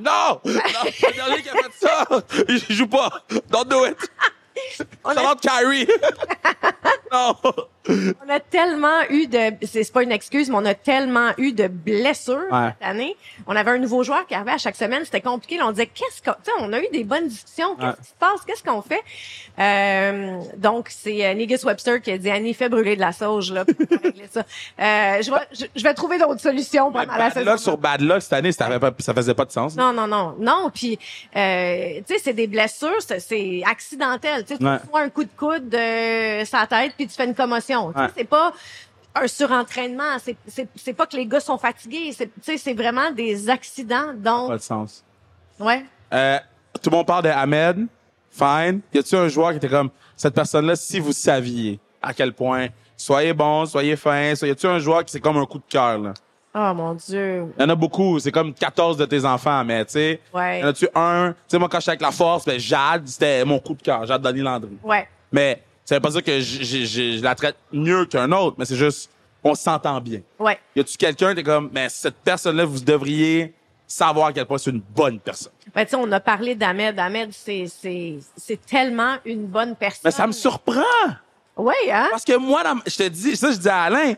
Speaker 3: Non! Le dernier qui a fait ça, il joue pas. Don't do it.
Speaker 4: On
Speaker 3: Ça
Speaker 4: a,
Speaker 3: rentre Kyrie. non.
Speaker 4: on a tellement eu de... C'est c'est pas une excuse, mais on a tellement eu de blessures
Speaker 3: Ouais.
Speaker 4: cette année. On avait un nouveau joueur qui arrivait à chaque semaine. C'était compliqué. Là, on disait, qu'est-ce qu'on... Tu sais, on a eu des bonnes discussions. Qu'est-ce
Speaker 3: Ouais.
Speaker 4: qui se passe? Qu'est-ce qu'on fait? Euh, donc, c'est euh, Negus Webster qui a dit, Annie, fais brûler de la sauge là, pour régler ça. Euh, je, vais, je, je vais trouver d'autres solutions pendant la
Speaker 3: Bad
Speaker 4: saison.
Speaker 3: luck sur bad luck cette année, ça, avait pas- ça faisait pas de sens.
Speaker 4: Non, non, non, non. Puis, euh, tu sais, c'est des blessures, c'est- c'est accidentel. Tu sais, tu
Speaker 3: Ouais.
Speaker 4: reçois un coup de coude euh, sur la tête, puis tu fais une commotion. Tu sais,
Speaker 3: Ouais.
Speaker 4: C'est pas un surentraînement. C'est- C'est c'est pas que les gars sont fatigués. C'est- Tu sais, c'est vraiment des accidents.
Speaker 3: Pas
Speaker 4: Donc,
Speaker 3: de sens.
Speaker 4: ouais.
Speaker 3: Euh, tout le monde parle de Ahmed. Fine. Y a-tu un joueur qui était comme, cette personne-là, si vous saviez à quel point, soyez bon, soyez fin, soyez- y a-tu un joueur qui c'est comme un coup de cœur, là?
Speaker 4: Oh mon Dieu.
Speaker 3: Il y en a beaucoup. C'est comme 14 de tes enfants, mais tu sais.
Speaker 4: Ouais.
Speaker 3: Y en a-tu un? Tu sais, moi, quand j'étais avec la force, ben, Jade, c'était mon coup de cœur. Jade Denis Landry.
Speaker 4: Ouais.
Speaker 3: Mais ça veut pas dire que j- j- j- je la traite mieux qu'un autre, mais c'est juste, on s'entend bien.
Speaker 4: Ouais.
Speaker 3: Y a-tu quelqu'un, t'es comme, mais cette personne-là, vous devriez savoir à quel point c'est une bonne personne.
Speaker 4: Ben, tu sais, on a parlé d'Ahmed. Ahmed, c'est c'est- c'est tellement une bonne personne.
Speaker 3: Mais ça me surprend!
Speaker 4: Ouais, hein?
Speaker 3: Parce que moi, dans- je te dis, ça, je dis à Alain,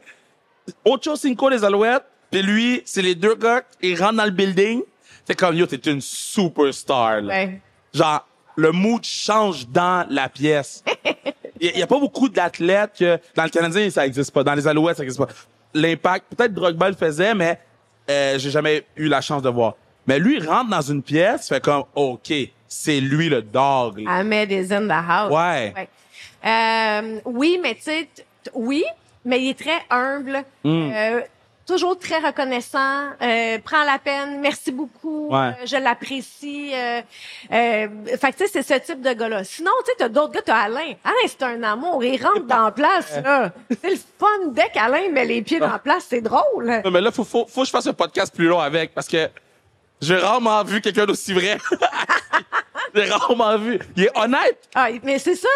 Speaker 3: Ocho Cinco des Alouettes, puis lui, c'est les deux gars, ils rentrent dans le building. C'est comme, yo, t'es une superstar, là.
Speaker 4: Ouais.
Speaker 3: genre le mood change dans la pièce. Il n'y a, pas beaucoup d'athlètes que dans le Canadien ça existe pas, dans les Alouettes ça existe pas. L'impact peut-être Drogba le faisait mais euh, j'ai jamais eu la chance de voir. Mais lui il rentre dans une pièce, fait comme OK, c'est lui le dog.
Speaker 4: Ah,
Speaker 3: là.
Speaker 4: Ahmed is in the house.
Speaker 3: Ouais.
Speaker 4: Ouais. Euh, oui, mais tu sais, t- oui, mais il est très humble,
Speaker 3: Mm.
Speaker 4: euh, toujours très reconnaissant, euh, prend la peine, merci beaucoup,
Speaker 3: Ouais.
Speaker 4: euh, je l'apprécie. Euh, euh, fait que, tu sais, c'est ce type de gars-là. Sinon, tu sais, t'as d'autres gars, t'as Alain. Alain, c'est un amour, il rentre dans la place, là. C'est le fun dès qu'Alain met les pieds dans la place, c'est drôle.
Speaker 3: Non, mais là, faut, faut, faut que je fasse un podcast plus long avec parce que j'ai rarement vu quelqu'un d'aussi vrai. j'ai rarement vu. Il est honnête.
Speaker 4: Ah, mais c'est ça.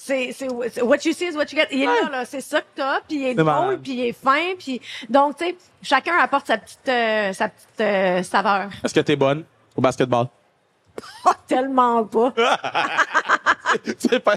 Speaker 4: C'est, c'est, c'est- what you see is what you get. Il est là, là. C'est ça que t'as, puis il est drôle,
Speaker 3: malade.
Speaker 4: puis il est fin, puis donc, tu sais, chacun apporte sa petite, euh, sa petite euh, saveur.
Speaker 3: Est-ce que t'es bonne au basketball?
Speaker 4: Oh, tellement pas.
Speaker 3: Tu sais, pas-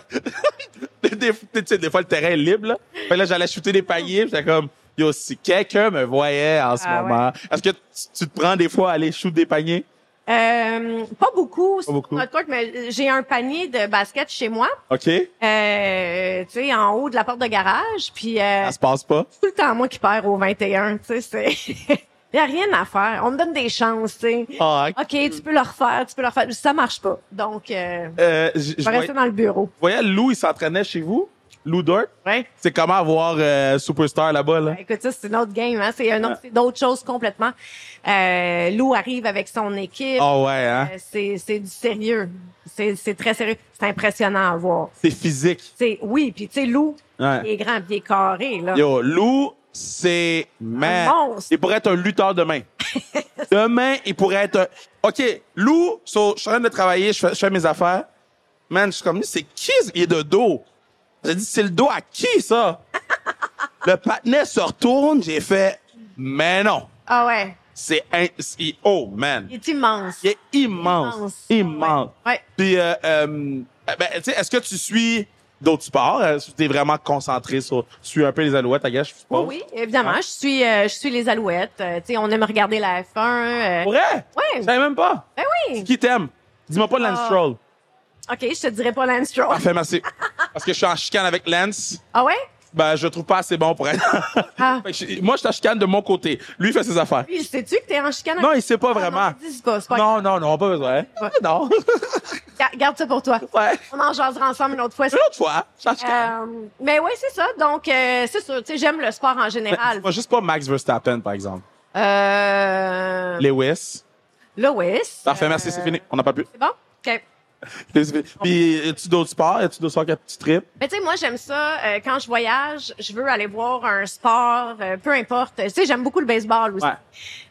Speaker 3: des, des- tu sais, des fois, le terrain est libre. Là, Fait que là j'allais shooter des paniers. puis J'étais comme, yo, si quelqu'un me voyait en ce
Speaker 4: Ah,
Speaker 3: moment, est-ce que tu, tu te prends des fois à aller shooter des paniers?
Speaker 4: Euh, pas beaucoup, sur
Speaker 3: beaucoup.
Speaker 4: notre court, mais j'ai un panier de basket chez moi,
Speaker 3: OK?
Speaker 4: euh, tu sais, en haut de la porte de garage, puis euh,
Speaker 3: Ça se passe pas?
Speaker 4: c'est tout le temps moi qui perds au 21, tu sais, c'est... Il a rien à faire. On me donne des chances, tu sais.
Speaker 3: Ah, ok.
Speaker 4: OK, tu peux le refaire, tu peux le refaire. Ça marche pas. Donc, euh,
Speaker 3: Euh, j- je
Speaker 4: je vais
Speaker 3: voyais,
Speaker 4: rester dans le bureau.
Speaker 3: je voyais Lou, il s'entraînait chez vous. Lou Dort.
Speaker 4: Ouais.
Speaker 3: C'est comment avoir euh, Superstar là-bas? Là?
Speaker 4: Ben, Écoute, ça, c'est une autre game, hein. C'est un autre, c'est d'autres choses complètement. Euh, Lou arrive avec son équipe.
Speaker 3: Ah ouais, hein?
Speaker 4: Euh, C'est, c'est du sérieux. C'est, c'est très sérieux. C'est impressionnant à voir.
Speaker 3: C'est physique.
Speaker 4: C'est, oui, puis tu sais, Lou,
Speaker 3: Ouais.
Speaker 4: il est grand, puis il est carré, là.
Speaker 3: Yo, Lou, c'est man.
Speaker 4: Un monstre.
Speaker 3: Il pourrait être un lutteur demain. demain, il pourrait être un... OK, Lou, so, je suis en train de travailler, je fais, je fais mes affaires. Man, je suis comme, c'est qui? ce- Il est de dos. J'ai dit, c'est le dos à qui, ça? le patinet se retourne, j'ai fait, mais non.
Speaker 4: Ah ouais,
Speaker 3: C'est... un- c'est- Oh, man.
Speaker 4: il est immense.
Speaker 3: Il est immense.
Speaker 4: Immense.
Speaker 3: Immense.
Speaker 4: Ouais. Ouais.
Speaker 3: Puis, euh, euh, ben, tu sais, est-ce que tu suis d'autres sports? Est-ce que tu es vraiment concentré sur. Tu suis un peu les alouettes, à gauche, je
Speaker 4: Oui,
Speaker 3: suppose?
Speaker 4: oui, évidemment, je suis, euh, je suis les Alouettes. Euh, tu sais, on aime regarder la F1. euh,
Speaker 3: Pour vrai?
Speaker 4: Ouais.
Speaker 3: Je savais même pas.
Speaker 4: Ben oui.
Speaker 3: Qui t'aime? Dis-moi pas Lance
Speaker 4: Ah.
Speaker 3: Stroll.
Speaker 4: Ok, je te dirai pas Lance Stroll.
Speaker 3: Parfait, merci. Parce que je suis en chicane avec Lance.
Speaker 4: Ah ouais?
Speaker 3: Ben, je le trouve pas assez bon pour être.
Speaker 4: Ah.
Speaker 3: Fait que je- moi, je suis en chicane de mon côté. Lui, il fait ses affaires.
Speaker 4: Il sait-tu que t'es en chicane?
Speaker 3: Non, il sait pas
Speaker 4: Ah,
Speaker 3: vraiment.
Speaker 4: Non, dis pas, c'est pas
Speaker 3: Non, non, non, pas besoin.
Speaker 4: Ouais.
Speaker 3: Non.
Speaker 4: Ga- Garde ça pour toi.
Speaker 3: ouais.
Speaker 4: On en jasera ensemble une autre fois.
Speaker 3: Une autre fois, je suis en chicane.
Speaker 4: Euh, mais oui, c'est ça. Donc, euh, c'est sûr, tu sais, j'aime le sport en général.
Speaker 3: Moi, juste pas Max Verstappen, par exemple.
Speaker 4: Euh,
Speaker 3: Lewis.
Speaker 4: Lois.
Speaker 3: Parfait,
Speaker 4: euh,
Speaker 3: merci, c'est fini. On n'a pas pu.
Speaker 4: C'est bon? OK. Euh.
Speaker 3: Puis, as-tu d'autres sports? As-tu d'autres sports que tu tripes?
Speaker 4: Mais Ben, tu sais, moi, j'aime ça. euh, quand je voyage, je veux aller voir un sport, euh, peu importe. Tu sais, j'aime beaucoup le baseball aussi.
Speaker 3: Ouais.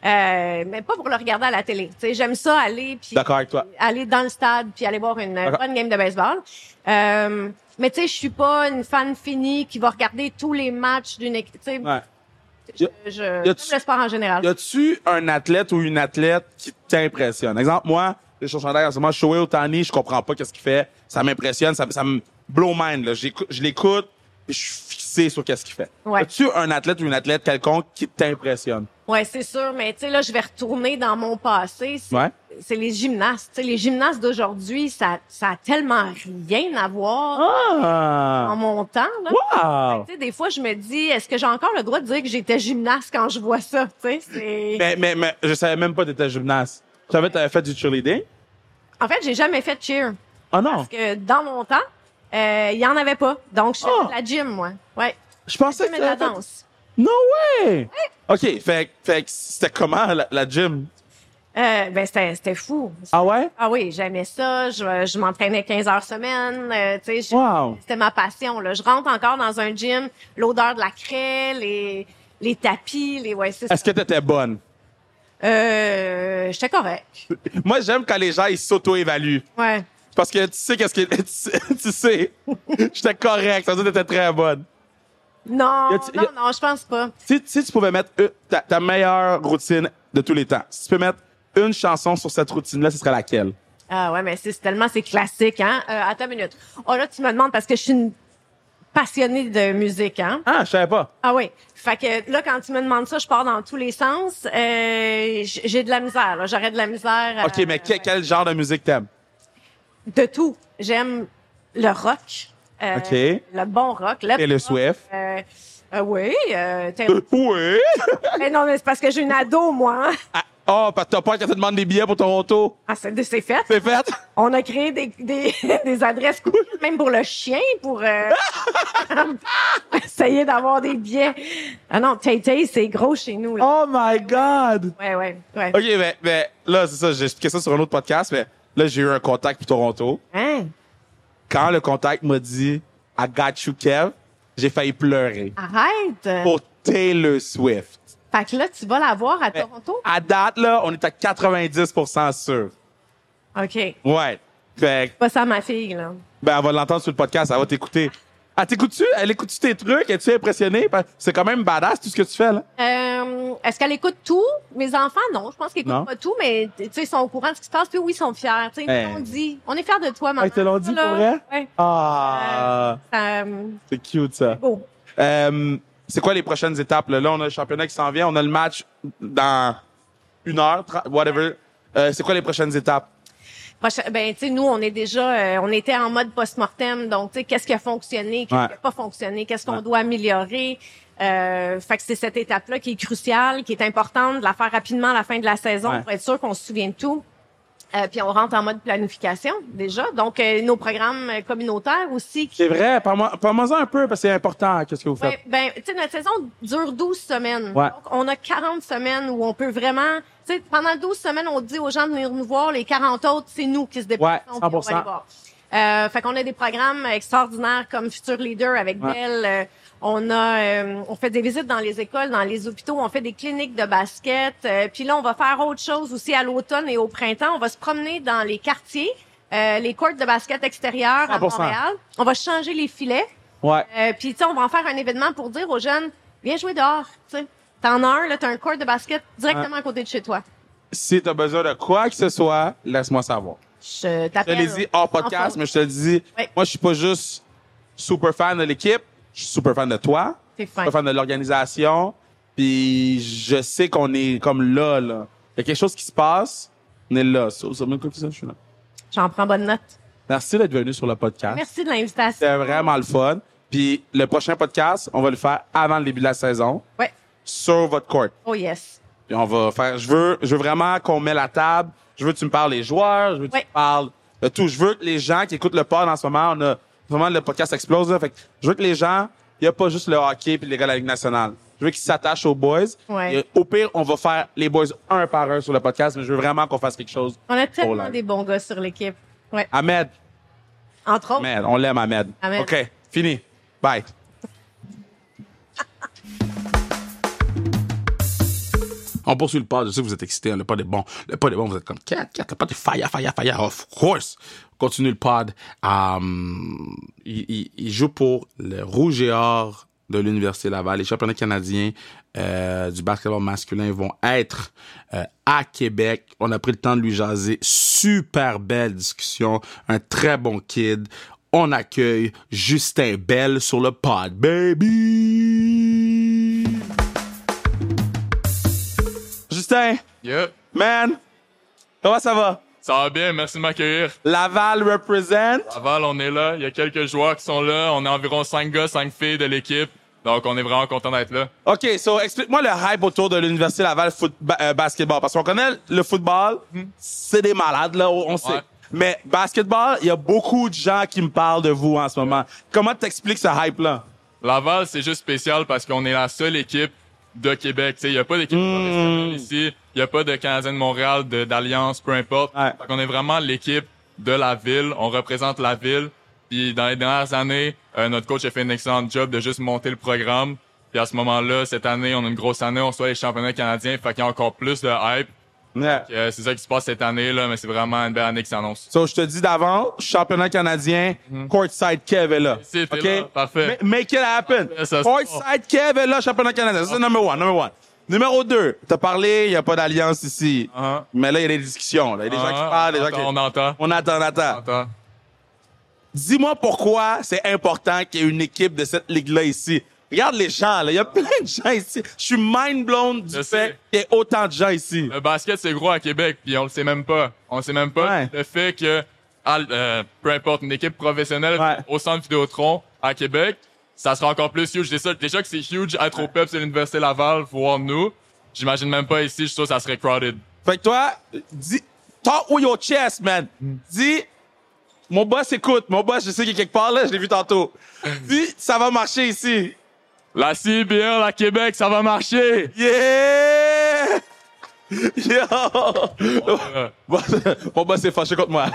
Speaker 4: Euh, mais pas pour le regarder à la télé. Tu sais, j'aime ça aller puis
Speaker 3: D'accord avec toi.
Speaker 4: aller dans le stade puis aller voir une
Speaker 3: D'accord.
Speaker 4: bonne game de baseball. Euh, mais tu sais, je suis pas une fan finie qui va regarder tous les matchs d'une équipe. Tu sais,
Speaker 3: Ouais.
Speaker 4: je,
Speaker 3: Y a-
Speaker 4: je-
Speaker 3: y
Speaker 4: j'aime
Speaker 3: a-tu-
Speaker 4: le sport en général.
Speaker 3: Y a-tu un athlète ou une athlète qui t'impressionne? Exemple, moi, je suis au chandail en ce moment, Shohei Otani, je comprends pas qu'est-ce qu'il fait. Ça m'impressionne, ça, ça me blow mind, là. J'écou- Je l'écoute, puis je suis fixé sur qu'est-ce qu'il fait.
Speaker 4: Ouais.
Speaker 3: As-tu un athlète ou une athlète quelconque qui t'impressionne?
Speaker 4: Ouais, c'est sûr, mais tu sais là, je vais retourner dans mon passé. C'est
Speaker 3: Ouais.
Speaker 4: c'est les gymnastes. Tu sais, les gymnastes d'aujourd'hui, ça, ça a tellement rien à voir en
Speaker 3: Ah!
Speaker 4: mon temps. Là.
Speaker 3: Wow!
Speaker 4: Tu sais, des fois, je me dis, est-ce que j'ai encore le droit de dire que j'étais gymnaste quand je vois ça? Tu sais, c'est-
Speaker 3: Mais, mais, mais, je savais même pas que t'étais gymnaste. Tu savais que t'avais fait du cheerleading?
Speaker 4: En fait, j'ai jamais fait de cheer.
Speaker 3: Oh non!
Speaker 4: Parce que dans mon temps, euh, il y en avait pas. Donc, je faisais
Speaker 3: Ah.
Speaker 4: de la gym, moi. Ouais.
Speaker 3: Je pensais que
Speaker 4: Mais de la
Speaker 3: t'avais fait-
Speaker 4: danse.
Speaker 3: No way! OK, fait, que- fait que c'était comment la, la gym?
Speaker 4: Euh, ben, c'était c'était fou.
Speaker 3: Ah ouais?
Speaker 4: Ah oui, j'aimais ça. Je, je m'entraînais 15 heures semaine. euh, tu sais, je-
Speaker 3: Wow.
Speaker 4: C'était ma passion. Là. Je rentre encore dans un gym, l'odeur de la craie, les, les tapis, les... Ouais, c'est
Speaker 3: Est-ce
Speaker 4: ça.
Speaker 3: que t'étais bonne?
Speaker 4: Euh, j'étais correct.
Speaker 3: Moi, j'aime quand les gens, ils s'auto-évaluent.
Speaker 4: Ouais.
Speaker 3: Parce que tu sais qu'est-ce que... Tu sais, tu sais. j'étais correct, ça veut dire que t'étais très bonne.
Speaker 4: Non,
Speaker 3: Y a-tu-
Speaker 4: non,
Speaker 3: y a-
Speaker 4: non, je pense pas.
Speaker 3: Si, si tu pouvais mettre une- ta, ta meilleure routine de tous les temps, si tu peux mettre une chanson sur cette routine-là, ce serait laquelle?
Speaker 4: Ah ouais, mais c'est c'est tellement c'est classique, hein. Euh, attends une minute. Oh là, tu me demandes parce que je suis une passionnée de musique, hein.
Speaker 3: Ah, je savais pas.
Speaker 4: Ah oui. Fait que là, quand tu me demandes ça, je pars dans tous les sens. Euh, j- j'ai de la misère. là. J'aurais de la misère.
Speaker 3: OK,
Speaker 4: euh,
Speaker 3: mais que- quel genre de musique t'aimes?
Speaker 4: de tout. J'aime le rock. euh,
Speaker 3: OK.
Speaker 4: Le bon rock. Le
Speaker 3: Taylor
Speaker 4: pop,
Speaker 3: Swift.
Speaker 4: Euh, euh, oui. Euh, Taylor-
Speaker 3: Oui!
Speaker 4: mais non, mais c'est parce que j'ai une ado, moi. hein.
Speaker 3: Ah, Oh, parce que t'as peur qu'elle te demande des billets pour Toronto.
Speaker 4: Ah, c'est c'est fait.
Speaker 3: C'est fait?
Speaker 4: On a créé des, des, des adresses cool, même pour le chien, pour euh, essayer d'avoir des billets. Ah non, Tay-Tay, c'est gros chez nous. Là.
Speaker 3: Oh my God!
Speaker 4: Ouais, ouais, ouais.
Speaker 3: OK, mais, mais là, c'est ça, j'ai expliqué ça sur un autre podcast, mais là, j'ai eu un contact pour Toronto.
Speaker 4: Hein?
Speaker 3: Quand le contact m'a dit « I got you, Kev », j'ai failli pleurer.
Speaker 4: Arrête!
Speaker 3: Pour Taylor Swift.
Speaker 4: Fait que là, tu vas la voir à
Speaker 3: Mais
Speaker 4: Toronto?
Speaker 3: À date, là, on est à 90 sûr.
Speaker 4: OK.
Speaker 3: Ouais. Fait que,
Speaker 4: Pas ça, ma fille, là.
Speaker 3: ben, elle va l'entendre sur le podcast, elle va t'écouter. Elle t'écoute-tu? Elle écoute-tu tes trucs? Es-tu impressionnée? Parce que C'est quand même badass tout ce que tu fais, là.
Speaker 4: Euh, Est-ce qu'elle écoute tout? Mes enfants, non. Je pense qu'ils
Speaker 3: Non.
Speaker 4: écoutent pas tout, mais tu sais, ils sont au courant de ce qui se passe. Puis oui, ils sont fiers. Tu sais,
Speaker 3: Hey.
Speaker 4: on dit, on est fiers de toi, maman.
Speaker 3: ils Ben. te l'ont dit,
Speaker 4: Là,
Speaker 3: pour vrai?
Speaker 4: Ouais.
Speaker 3: Ah,
Speaker 4: Ça, euh, oh.
Speaker 3: c'est cute, ça.
Speaker 4: beau.
Speaker 3: Euh, c'est quoi les prochaines étapes? Là? Là, on a le championnat qui s'en vient. On a le match dans une heure, tra- whatever. Euh, c'est quoi les prochaines étapes?
Speaker 4: Prochain- ben, tu sais, nous, on est déjà, euh, on était en mode post-mortem. Donc, tu sais, qu'est-ce qui a fonctionné, qu'est-ce
Speaker 3: Ouais.
Speaker 4: qui a pas fonctionné, qu'est-ce qu'on
Speaker 3: Ouais.
Speaker 4: doit améliorer. Euh, fait que c'est cette étape-là qui est cruciale, qui est importante, de la faire rapidement à la fin de la saison
Speaker 3: Ouais.
Speaker 4: pour être sûr qu'on se souvient de tout. Euh, puis on rentre en mode planification déjà. Donc, euh, nos programmes euh, communautaires aussi qui
Speaker 3: C'est vrai, parle-moi- parle-moi-en un peu, parce que c'est important, qu'est-ce que vous faites.
Speaker 4: Ouais, ben, tu sais, notre saison dure 12 semaines.
Speaker 3: Ouais.
Speaker 4: Donc, on a 40 semaines où on peut vraiment, tu sais, pendant 12 semaines, on dit aux gens de venir nous voir. Les 40 autres, c'est nous qui se déplaçons.
Speaker 3: Ouais, 100%.
Speaker 4: puis on va les voir. Euh, fait qu'on a des programmes extraordinaires comme Future Leader avec
Speaker 3: Ouais.
Speaker 4: Belle. Euh, on a, euh, on fait des visites dans les écoles, dans les hôpitaux. On fait des cliniques de basket. Euh, Puis là, on va faire autre chose aussi à l'automne et au printemps. On va se promener dans les quartiers, euh, les courts de basket extérieurs à
Speaker 3: 100%.
Speaker 4: Montréal. On va changer les filets.
Speaker 3: Ouais.
Speaker 4: Euh, puis, tu sais, on va en faire un événement pour dire aux jeunes, viens jouer dehors, tu sais. T'en as un, là, t'as un court de basket directement à côté de chez toi.
Speaker 3: Si t'as besoin de quoi que ce soit, laisse-moi savoir.
Speaker 4: Je
Speaker 3: Je te
Speaker 4: t'appelle.
Speaker 3: l'ai dit hors podcast,
Speaker 4: Enfin,
Speaker 3: mais je te le dis,
Speaker 4: Ouais.
Speaker 3: moi, je suis pas juste super fan de l'équipe, je suis super fan de toi,
Speaker 4: T'es fin.
Speaker 3: super fan de l'organisation, puis je sais qu'on est comme là, là. Il y a quelque chose qui se passe, on est là. Ça, ça me coûte ça, je suis là.
Speaker 4: J'en prends bonne note.
Speaker 3: Merci d'être venu sur le podcast.
Speaker 4: Merci de l'invitation.
Speaker 3: C'était vraiment le fun. Puis le prochain podcast, on va le faire avant le début de la saison
Speaker 4: Ouais.
Speaker 3: sur votre court.
Speaker 4: Oh yes.
Speaker 3: Puis on va faire. Je veux, je veux vraiment qu'on met la table. Je veux que tu me parles des joueurs. Je veux que
Speaker 4: Ouais.
Speaker 3: tu me parles de tout. Je veux que les gens qui écoutent le pod en ce moment, on a vraiment le podcast explose. Là, fait que je veux que les gens, il n'y a pas juste le hockey puis les gars de la Ligue nationale. Je veux qu'ils s'attachent aux boys.
Speaker 4: Ouais.
Speaker 3: Et au pire, on va faire les boys un par un sur le podcast, mais je veux vraiment qu'on fasse quelque chose.
Speaker 4: On a
Speaker 3: au
Speaker 4: tellement
Speaker 3: live.
Speaker 4: des bons gars sur l'équipe. Ouais.
Speaker 3: Ahmed,
Speaker 4: Entre autres.
Speaker 3: Ahmed, on l'aime, Ahmed.
Speaker 4: Ahmed.
Speaker 3: OK, fini. Bye.
Speaker 1: On poursuit le pas. Je sais que vous êtes excités. hein. Le pod est bon. Le pod est bon. Vous êtes comme 4, 4. Le pod est fire, fire, fire. Of course. On continue le pod. Euh, il, il- il joue pour le Rouge et Or de l'Université Laval. Les championnats canadiens euh, du basketball masculin vont être euh, à Québec. On a pris le temps de lui jaser. Super belle discussion. Un très bon kid. On accueille Justin Bell sur le pod. Baby!
Speaker 3: Justin,
Speaker 5: Yep.
Speaker 3: man, comment ça va?
Speaker 5: Ça va bien, merci de m'accueillir.
Speaker 3: Laval represent.
Speaker 5: Laval, on est là. Il y a quelques joueurs qui sont là. On est environ 5 gars, 5 filles de l'équipe. Donc, on est vraiment content d'être là.
Speaker 3: OK, so explique-moi le hype autour de l'Université Laval foot, ba- euh, basketball. Parce qu'on connaît le football, c'est des malades, là, on on sait.
Speaker 5: Hmm. Ouais.
Speaker 3: Mais basketball, il y a beaucoup de gens qui me parlent de vous en ce moment. Comment t'expliques ce hype-là?
Speaker 5: Laval, c'est juste spécial parce qu'on est la seule équipe de Québec. Tu sais, Il n'y a pas d'équipe professionnelle ici. Il n'y a pas de Canadien de Montréal, de- d'Alliance, peu importe.
Speaker 3: Ouais.
Speaker 5: on est vraiment l'équipe de la ville. On représente la ville. Puis dans les dernières années, euh, notre coach a fait un excellent job de juste monter le programme. Puis à ce moment-là, cette année, on a une grosse année. On reçoit les championnats canadiens. Fait qu'il y a encore plus de hype.
Speaker 3: Yeah.
Speaker 5: Euh, c'est ça qui se passe cette année, là, mais c'est vraiment une belle année qui s'annonce.
Speaker 3: So, je te dis d'avant, championnat canadien,
Speaker 5: Hmm.
Speaker 3: courtside Kev est là.
Speaker 5: Si, t'es
Speaker 3: OK?
Speaker 5: là, parfait.
Speaker 3: Ma- make it happen.
Speaker 5: Ça, ça se Ah.
Speaker 3: courtside Kev est là, championnat canadien. Ça, c'est number one, number one. Numéro deux, t'as parlé, il n'y a pas d'alliance ici.
Speaker 5: Ah.
Speaker 3: Mais là, il y a des discussions. là. Il y a des gens
Speaker 5: Ah,
Speaker 3: qui parlent, des
Speaker 5: on
Speaker 3: gens qui...
Speaker 5: entend, on entend.
Speaker 3: On attend, on attend.
Speaker 5: On entend.
Speaker 3: Dis-moi pourquoi c'est important qu'il y ait une équipe de cette ligue-là ici. Regarde les gens, là. Il y a plein de gens ici. Je suis mind blown du
Speaker 5: Je
Speaker 3: fait
Speaker 5: sais.
Speaker 3: qu'il y ait autant de gens ici.
Speaker 5: Le basket, c'est gros à Québec, puis on le sait même pas. On le sait même pas.
Speaker 3: Ouais.
Speaker 5: Le fait que, à l- euh, peu importe, une équipe professionnelle
Speaker 3: Ouais.
Speaker 5: au centre Vidéotron à Québec, ça sera encore plus huge. Déjà, déjà que E c'est huge être au PEPS de l'Université Laval, voir nous. J'imagine même pas ici, je suis sûr que ça serait crowded.
Speaker 3: Fait que toi, dis, talk with your chest, man. Dis, mon boss écoute, mon boss, je sais qu'il est quelque part là, je l'ai vu tantôt. dis, ça va marcher ici.
Speaker 5: La CBL à Québec, ça va marcher!
Speaker 3: Yeah! Yo!
Speaker 5: Euh,
Speaker 3: Bon, mon boss est fâché contre moi.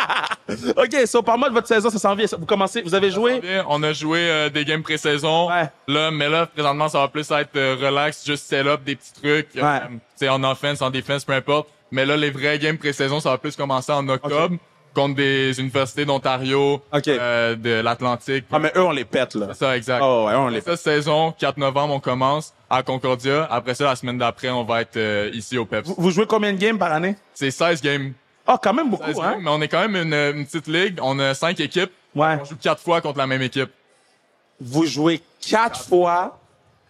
Speaker 3: OK, so, parle-moi de votre saison, ça s'en vient. ça- Vous commencez, vous avez joué?
Speaker 5: Bien, on a joué euh, des games pré-saison.
Speaker 3: Ouais.
Speaker 5: Là, mais là, présentement, ça va plus être euh, relax, juste sell-up, des petits trucs. euh,
Speaker 3: Ouais.
Speaker 5: tu sais, en offense, en défense, peu importe. Mais là, les vrais games pré-saison, ça va plus commencer en octobre contre des universités d'Ontario,
Speaker 3: Ok.
Speaker 5: euh, de l'Atlantique.
Speaker 3: Ah, mais eux, on les pète, là.
Speaker 5: Ça, exact.
Speaker 3: Oh, ouais, on les pète.
Speaker 5: Cette saison, 4 novembre, on commence à Concordia. Après ça, la semaine d'après, on va être euh, ici au PEPS.
Speaker 3: Vous, vous jouez combien de games par année?
Speaker 5: C'est 16 games.
Speaker 3: Ah, quand même beaucoup,
Speaker 5: 16 games,
Speaker 3: hein?
Speaker 5: Mais on est quand même une, une petite ligue. On a 5 équipes.
Speaker 3: Ouais.
Speaker 5: On joue 4 fois contre la même équipe.
Speaker 3: Vous jouez quatre fois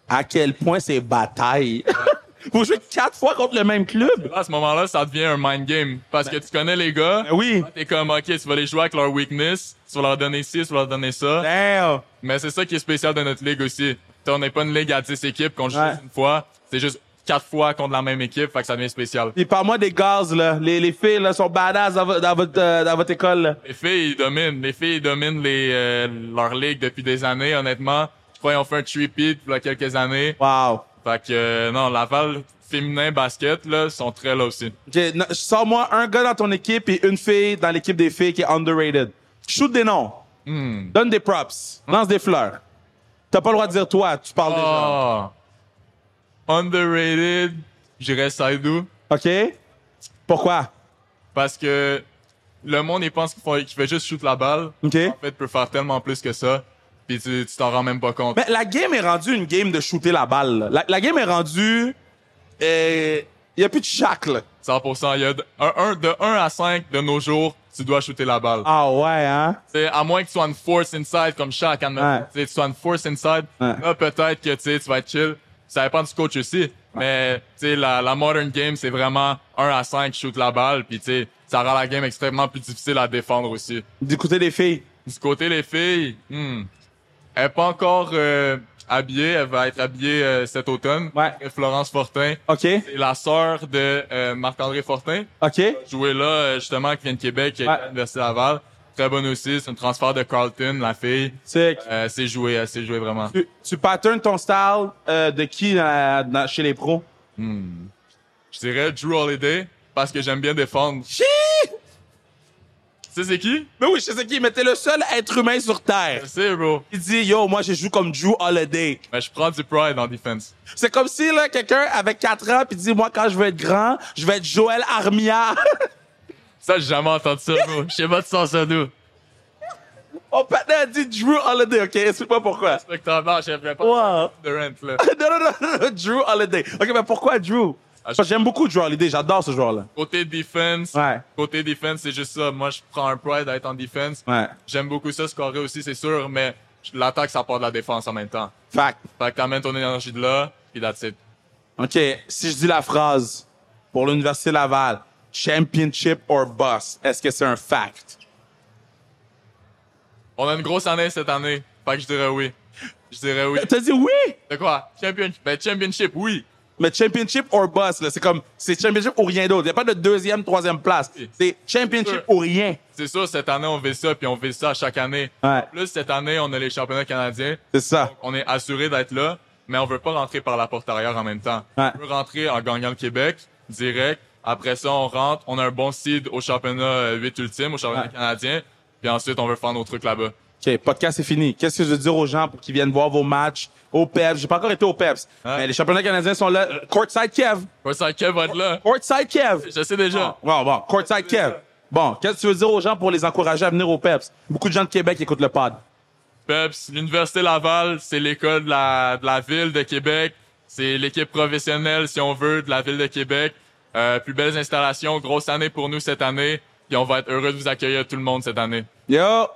Speaker 3: à quel point c'est bataille. vous jouez quatre fois contre le même club?
Speaker 5: Là, à ce moment-là, ça devient un mind game. Parce que tu connais les gars.
Speaker 3: Ben oui.
Speaker 5: T'es comme, OK, tu vas les jouer avec leur weakness. Tu vas leur donner ci, tu vas leur donner ça.
Speaker 3: Ben. Damn.
Speaker 5: Mais c'est ça qui est spécial de notre ligue aussi. T'sais, on n'est pas une ligue à 10 équipes qu'on joue
Speaker 3: Ouais.
Speaker 5: juste une fois. C'est juste quatre fois contre la même équipe. Fait que ça devient spécial.
Speaker 3: Puis parle-moi des gaz, là. Les, les filles, là, sont badass dans, vo- dans votre, euh, dans votre école, là.
Speaker 5: Les filles, ils dominent. Les filles, ils dominent les, euh, leur ligue depuis des années, honnêtement. Je crois qu'ils ont fait un three-peat il y a quelques années.
Speaker 3: Wow.
Speaker 5: Fait que, euh, non, Laval féminin basket, là, sont très là aussi.
Speaker 3: Ok, no- Sors-moi un gars dans ton équipe et une fille dans l'équipe des filles qui est underrated. Shoot des noms. Donne des props. Lance des fleurs. T'as pas le droit de dire toi, tu parles
Speaker 5: Ah! Underrated, j'irais Saïdou.
Speaker 3: déjà. OK? Pourquoi?
Speaker 5: Parce que le monde, il pense qu'il faut, qu'il fait juste shoot la balle.
Speaker 3: OK.
Speaker 5: En fait, il peut faire tellement plus que ça. Puis tu tu t'en rends même pas compte.
Speaker 3: Mais la game est rendue une game de shooter la balle. là. La, la game est rendue... Il n'y a plus de chac, là.
Speaker 5: 100%. Il y a de, un, un- de 1 à 5 de nos jours, tu dois shooter la balle.
Speaker 3: Ah ouais, hein?
Speaker 5: T'sais, à moins que tu sois une force inside comme chaque
Speaker 3: Ouais.
Speaker 5: admettons. T'sais, Tu sois une force inside,
Speaker 3: Ouais.
Speaker 5: là, peut-être que t'sais, tu vas être chill. Ça dépend du coach aussi. Mais t'sais, la, la modern game, c'est vraiment 1 à 5, shoot la balle. Puis t'sais, ça rend la game extrêmement plus difficile à défendre aussi.
Speaker 3: Du côté des filles.
Speaker 5: Du côté des filles, hmm, elle n'est pas encore euh, habillée. Elle va être habillée euh, cet automne.
Speaker 3: Ouais.
Speaker 5: Et Florence Fortin,
Speaker 3: OK?
Speaker 5: c'est la sœur de euh, Marc-André Fortin
Speaker 3: OK?
Speaker 5: jouer là, euh, justement, qui vient de Québec, qui est
Speaker 3: Ouais.
Speaker 5: à l'Université Laval. Très bonne aussi, c'est un transfert de Carlton, la fille.
Speaker 3: Sick.
Speaker 5: Euh, c'est joué, euh, c'est joué vraiment.
Speaker 3: Tu, tu patterns ton style euh, de qui dans la- dans- chez les pros?
Speaker 5: Je dirais Drew Holiday, parce que j'aime bien défendre. Tu
Speaker 3: Chi!
Speaker 5: sais c'est qui?
Speaker 3: Mais Ben oui, je sais qui, mais t'es le seul être humain sur Terre.
Speaker 5: Je sais, bro.
Speaker 3: Il dit, yo, moi, je joue comme Drew Holiday.
Speaker 5: Mais je prends du pride en defense.
Speaker 3: C'est comme si, là, quelqu'un avec 4 ans, puis dit, moi, quand je vais être grand, je vais être Joël Armia.
Speaker 5: Ça, j'ai jamais entendu ça, bro. Je sais pas de sens ça d'où.
Speaker 3: On peut a dit Drew Holiday, OK? Explique-moi pourquoi.
Speaker 5: Spectateur, je sais pas
Speaker 3: Wow.
Speaker 5: de rent, là.
Speaker 3: Non, non, non, non, non, Drew Holiday. OK, mais pourquoi Drew? Parce que J'aime beaucoup Drew Holiday, j'adore ce joueur-là.
Speaker 5: Côté defense,
Speaker 3: Ouais.
Speaker 5: côté defense, c'est juste ça. Moi, je prends un pride à être en defense.
Speaker 3: Ouais.
Speaker 5: J'aime beaucoup ça, scorer aussi, c'est sûr, mais l'attaque, ça part de la défense en même temps.
Speaker 3: Fact.
Speaker 5: Fait que t'amènes ton énergie de là, puis that's it.
Speaker 3: OK, si je dis la phrase pour l'Université Laval, championship or bust, est-ce que c'est un fact?
Speaker 5: On a une grosse année cette année. Fait que je dirais oui. Je dirais oui.
Speaker 3: T'as dit oui!
Speaker 5: De quoi? Champion... Ben, championship, oui.
Speaker 3: Mais championship or bust, là, c'est comme, c'est championship ou rien d'autre. Il n'y a pas de deuxième, troisième place. C'est championship
Speaker 5: Sure.
Speaker 3: ou rien.
Speaker 5: C'est sûr, cette année, on vit ça, puis on vit ça chaque année.
Speaker 3: Ouais.
Speaker 5: Plus, cette année, on a les championnats canadiens.
Speaker 3: C'est ça.
Speaker 5: On est assuré d'être là, mais on veut pas rentrer par la porte arrière en même temps.
Speaker 3: Ouais.
Speaker 5: On veut rentrer en gagnant le Québec, direct. Après ça, on rentre, on a un bon seed au championnat euh, 8 ultime, au championnat
Speaker 3: Ouais.
Speaker 5: canadien. Puis ensuite, on veut faire nos trucs là-bas.
Speaker 3: OK, podcast, c'est fini. Qu'est-ce que je veux dire aux gens pour qu'ils viennent voir vos matchs au PEPS? J'ai pas encore été au PEPS,
Speaker 5: Ouais.
Speaker 3: mais les championnats canadiens sont là. Euh, Courtside Kev.
Speaker 5: Ouais, ça, Kev va être là.
Speaker 3: Courtside Kev.
Speaker 5: Je sais déjà.
Speaker 3: Bon, bon, Courtside Kev. Bon, qu'est-ce que tu veux dire aux gens pour les encourager à venir au PEPS? Beaucoup de gens de Québec écoutent le pod.
Speaker 5: Peps, l'Université Laval, c'est l'école de la, de la ville de Québec. C'est l'équipe professionnelle, si on veut, de la ville de Québec. Euh, plus belles installations, grosse année pour nous cette année. Puis on va être heureux de vous accueillir tout le monde cette année.
Speaker 3: Yo,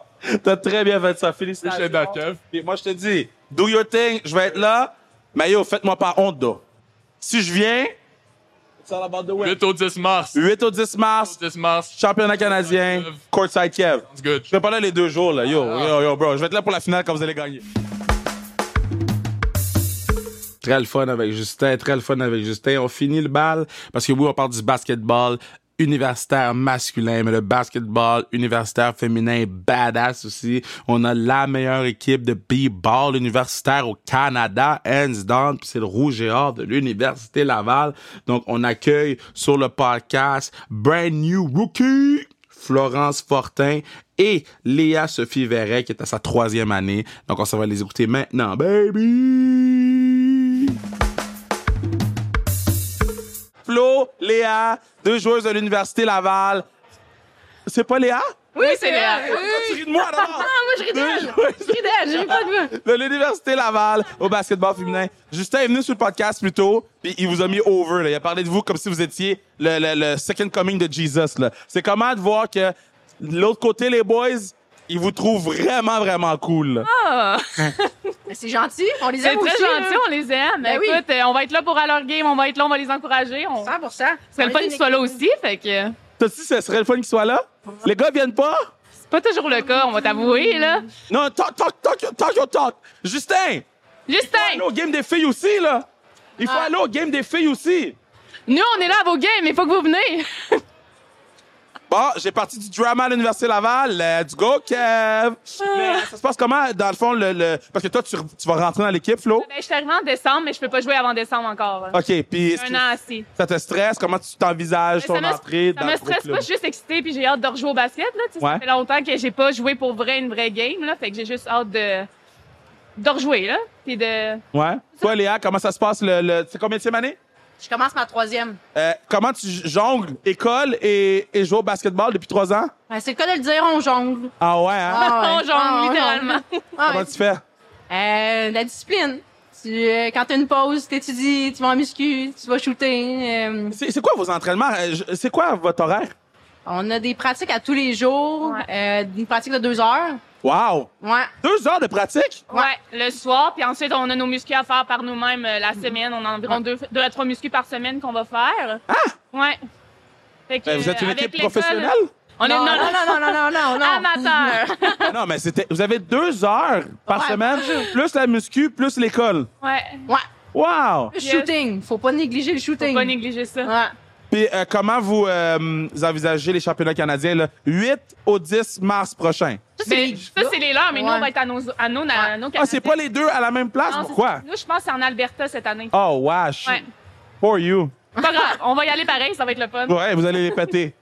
Speaker 3: t'as très bien fait ça. Félicitations.
Speaker 5: Touché dans Kev.
Speaker 3: Puis moi, je te dis, do your thing, je vais être là. Mais yo, faites-moi pas honte, d'eau. Si je viens, it's all about the win.
Speaker 5: 8 au 10 mars.
Speaker 3: 8 au 10 mars,
Speaker 5: 10 mars.
Speaker 3: championnat canadien, courtside Kiev.
Speaker 5: It's good.
Speaker 3: Je vais pas là les deux jours, là. Yo,
Speaker 5: Ah.
Speaker 3: yo, yo, bro. Je vais être là pour la finale quand vous allez gagner.
Speaker 1: Très le fun avec Justin, très le fun avec Justin. On finit le bal parce que oui, on parle du basketball universitaire masculin, mais le basketball universitaire féminin est badass aussi. On a la meilleure équipe de b-ball universitaire au Canada, hands down, puis c'est le rouge et or de l'université Laval. Donc, on accueille sur le podcast Brand New Rookie. Florence Fortin et Léa Sophie Verret qui est à sa troisième année. Donc on s'en va les écouter maintenant, baby!
Speaker 3: Flo, Léa, deux joueuses de l'Université Laval. C'est pas Léa?
Speaker 4: Oui, c'est Léa.
Speaker 3: Tu
Speaker 4: Oui.
Speaker 3: ris de moi,
Speaker 4: Ah,
Speaker 3: alors?
Speaker 4: moi, je ris
Speaker 3: Deux
Speaker 4: d'elle.
Speaker 3: joueuses.
Speaker 4: Je ris d'elle, je ris pas de moi.
Speaker 3: de l'Université Laval au basketball féminin. Justin est venu sur le podcast plus tôt, puis il vous a mis over. là. Il a parlé de vous comme si vous étiez le, le- le second coming de Jesus. là. C'est comment de voir que de l'autre côté, les boys, ils vous trouvent vraiment, vraiment cool. là.
Speaker 6: Ah,
Speaker 4: Mais C'est gentil, on les
Speaker 6: c'est
Speaker 4: aime
Speaker 6: très
Speaker 4: aussi.
Speaker 6: gentil, on les aime.
Speaker 4: Ben oui.
Speaker 6: Écoute, euh, on va être là pour à leur game, on va être là, on va les encourager. On... Ce
Speaker 4: 100 C'est
Speaker 6: serait le fun qu'ils soient là aussi, fait que
Speaker 3: T'as dit ce serait le fun qu'ils soient là? Les gars viennent pas?
Speaker 6: c'est pas toujours le cas, on va t'avouer, là.
Speaker 3: Non, talk, talk, talk, talk, your talk. Justin,
Speaker 6: Justin,
Speaker 3: allez au game des filles aussi, là. Il faut
Speaker 6: Ah.
Speaker 3: aller au game des filles aussi.
Speaker 6: nous, on est là à vos games, il faut que vous venez.
Speaker 3: Bon, j'ai parti du drama à l'Université Laval. Let's go, Kev! Mais ça se passe comment, dans le fond, le, le- parce que toi, tu, re- tu vas rentrer dans l'équipe, Flo?
Speaker 6: Ben, je suis arrivée en décembre, mais je peux pas jouer avant décembre encore. là.
Speaker 3: OK, puis est-ce
Speaker 6: Un
Speaker 3: que
Speaker 6: an assis.
Speaker 3: ça te stresse? Comment tu t'envisages ton
Speaker 6: Ben, ça
Speaker 3: entrée
Speaker 6: me, ça
Speaker 3: dans
Speaker 6: me
Speaker 3: le
Speaker 6: stresse
Speaker 3: club?
Speaker 6: pas, je suis juste excitée puis j'ai hâte de rejouer au basket. Là, tu sais,
Speaker 3: Ouais.
Speaker 6: Ça fait longtemps que j'ai pas joué pour vrai une vraie game, là, fait que j'ai juste hâte de, de rejouer. Là, puis de...
Speaker 3: Ouais. Toi, Léa, comment ça se passe? Le, le... C'est combien de année?
Speaker 4: Je commence ma troisième.
Speaker 3: Euh, comment tu jongles école et, et jouer au basketball depuis trois ans?
Speaker 4: Ben, c'est le cas de le dire, on jongle.
Speaker 3: Ah ouais, hein?
Speaker 6: On jongle,
Speaker 4: Ah,
Speaker 6: littéralement.
Speaker 4: Ah, ouais.
Speaker 3: Comment tu fais?
Speaker 4: Euh, la discipline. Tu, euh, quand t'as une pause, t'étudies, tu vas en muscu, tu vas shooter. euh,
Speaker 3: C'est c'est quoi vos entraînements? Euh, je- C'est quoi votre horaire?
Speaker 4: on a des pratiques à tous les jours, euh, une pratique de deux heures.
Speaker 3: Wow!
Speaker 4: Ouais.
Speaker 3: Deux heures de pratique?
Speaker 6: Ouais, le soir, puis ensuite on a nos muscu à faire par nous-mêmes euh, la semaine. On a environ deux, deux à trois muscu par semaine qu'on va faire. Ah! Ouais. Fait que,
Speaker 3: Ben, vous êtes une
Speaker 6: euh, avec
Speaker 3: équipe
Speaker 6: l'école,
Speaker 3: professionnelle?
Speaker 6: On est
Speaker 4: non,
Speaker 6: non,
Speaker 4: non, non, non, non, non, non, non.
Speaker 6: amateur.
Speaker 3: Ah non, mais c'était. Vous avez deux heures par
Speaker 4: Ouais.
Speaker 3: semaine, plus la muscu, plus l'école.
Speaker 6: ouais.
Speaker 4: Ouais.
Speaker 3: Wow!
Speaker 4: Le shooting. Faut pas négliger le
Speaker 6: Faut
Speaker 4: shooting.
Speaker 6: pas négliger ça.
Speaker 4: Ouais.
Speaker 3: Puis euh, comment vous, euh, vous envisagez les championnats canadiens le 8 au 10 mars prochain?
Speaker 4: Ça, c'est
Speaker 6: Mais
Speaker 4: les-
Speaker 6: Ben, ça, c'est les leurs, mais nous,
Speaker 4: Ouais.
Speaker 6: on va être à nos, à nos, à nos
Speaker 3: Ah, c'est
Speaker 6: Canadiens.
Speaker 3: pas les deux à la même place?
Speaker 6: Non, c'est-
Speaker 3: Pourquoi?
Speaker 6: Nous, je pense que c'est en Alberta cette année.
Speaker 3: Oh, wesh!
Speaker 6: Ouais.
Speaker 3: For you.
Speaker 6: C'est Pas grave, on va y aller pareil, ça va être le fun.
Speaker 3: Ouais, vous allez les péter.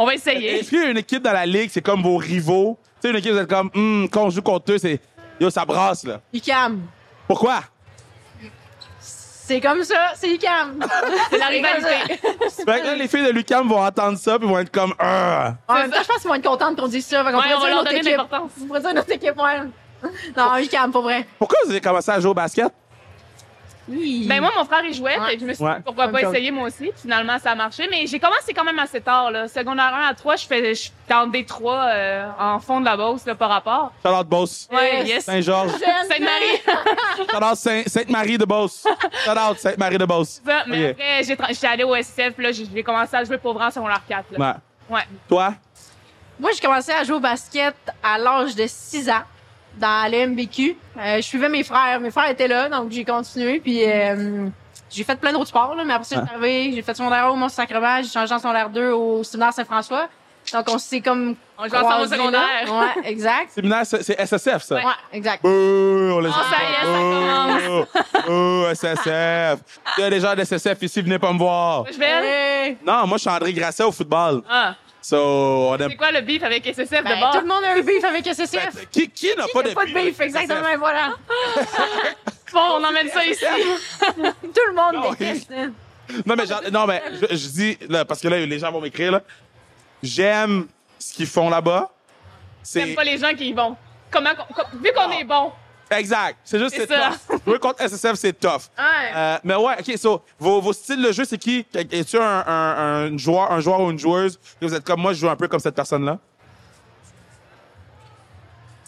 Speaker 6: On va essayer.
Speaker 3: Est-ce qu'il y a une équipe dans la ligue, c'est comme vos rivaux? Tu sais, une équipe, vous êtes comme, hum, quand on joue contre eux, c'est. Yo, ça brasse, là.
Speaker 4: ICAM.
Speaker 3: Pourquoi?
Speaker 4: C'est comme ça, c'est ICAM.
Speaker 6: C'est la rivalité.
Speaker 3: Fait que là, les filles de Lucam vont entendre ça, puis vont être comme, ah!
Speaker 4: En même temps, je pense qu'ils vont être contentes qu'on dise ça. Fait qu'on
Speaker 6: Ouais, on va
Speaker 4: pourrait dire
Speaker 6: leur
Speaker 4: notre
Speaker 6: donner de
Speaker 4: équipe.
Speaker 6: l'importance.
Speaker 4: On pourrait dire notre équipe, ouais. Non, ICAM, pour vrai.
Speaker 3: Pourquoi vous avez commencé à jouer au basket?
Speaker 4: Oui.
Speaker 6: Ben moi, mon frère, il jouait.
Speaker 4: Ouais.
Speaker 6: fait que je me suis
Speaker 3: Ouais.
Speaker 6: dit, pourquoi pas
Speaker 4: Comme
Speaker 6: essayer moi aussi. Puis Finalement, ça a marché. Mais j'ai commencé quand même assez tard. Là. Secondaire 1 à 3, je fais, je suis en D3 euh, en fond de la bourse là, par rapport. Euh,
Speaker 3: Charlotte Beauce.
Speaker 6: Ouais,
Speaker 4: Yes.
Speaker 6: yes.
Speaker 3: Saint-Georges.
Speaker 6: Sainte-Marie.
Speaker 3: Shout-out Saint- Sainte-Marie de Beauce. Shout-out Sainte-Marie de Beauce.
Speaker 6: Ça,
Speaker 3: Ok.
Speaker 6: mais après, j'ai tra- j'étais allée au SF. Là, j'ai j'ai commencé à jouer pour vrai en secondaire 4. Là.
Speaker 3: Ouais.
Speaker 6: Ouais.
Speaker 3: Toi?
Speaker 4: Moi, j'ai commencé à jouer au basket à l'âge de 6 ans dans le MBQ. Euh, je suivais mes frères. Mes frères étaient là, donc j'ai continué. Puis euh, j'ai fait plein d'autres sports. Là, mais après ça, j'ai arrivé, j'ai fait secondaire 1 au Mont-Sacrement. J'ai changé en secondaire 2 au séminaire Saint-François. Donc, on s'est comme...
Speaker 6: On joue ensemble au
Speaker 4: croisés,
Speaker 6: secondaire.
Speaker 4: là. Ouais, exact.
Speaker 3: Séminaire, c'est c'est SSF, ça?
Speaker 4: Ouais, exact.
Speaker 3: Bouh, on les
Speaker 6: Ah, ça y est, ça
Speaker 3: Bouh, bouh, SSF. Il y a des gens de SSF ici, venez pas me voir.
Speaker 6: Je vais.
Speaker 4: Hey.
Speaker 3: Non, moi, je suis André Grasset au football.
Speaker 6: Ah.
Speaker 3: So, on aime-
Speaker 6: C'est quoi le beef avec SSF
Speaker 4: Ben,
Speaker 6: de bord?
Speaker 4: tout le monde a un beef avec SSF.
Speaker 3: Qui, qui n'a pas,
Speaker 4: Il y a pas de beef, exactement, voilà.
Speaker 6: Bon, on emmène ça ici.
Speaker 4: Tout le monde
Speaker 3: Non,
Speaker 4: déteste. hein.
Speaker 3: Non, mais, genre- non, mais je, je dis, là, parce que là, les gens vont m'écrire, là. J'aime ce qu'ils font là-bas.
Speaker 6: J'aime
Speaker 3: C'est
Speaker 6: pas les gens qui y vont. Comment, qu'on- com- vu qu'on est bon,
Speaker 3: exact. C'est juste, c'est
Speaker 6: C'est ça.
Speaker 3: tough. Jouer contre SSF, c'est tough.
Speaker 4: Ouais.
Speaker 3: Euh, mais ouais, ok, so, vos, vos styles de jeu, c'est qui? Es-tu un, un, un joueur, un joueur ou une joueuse? Et vous êtes comme moi, je joue un peu comme cette personne-là.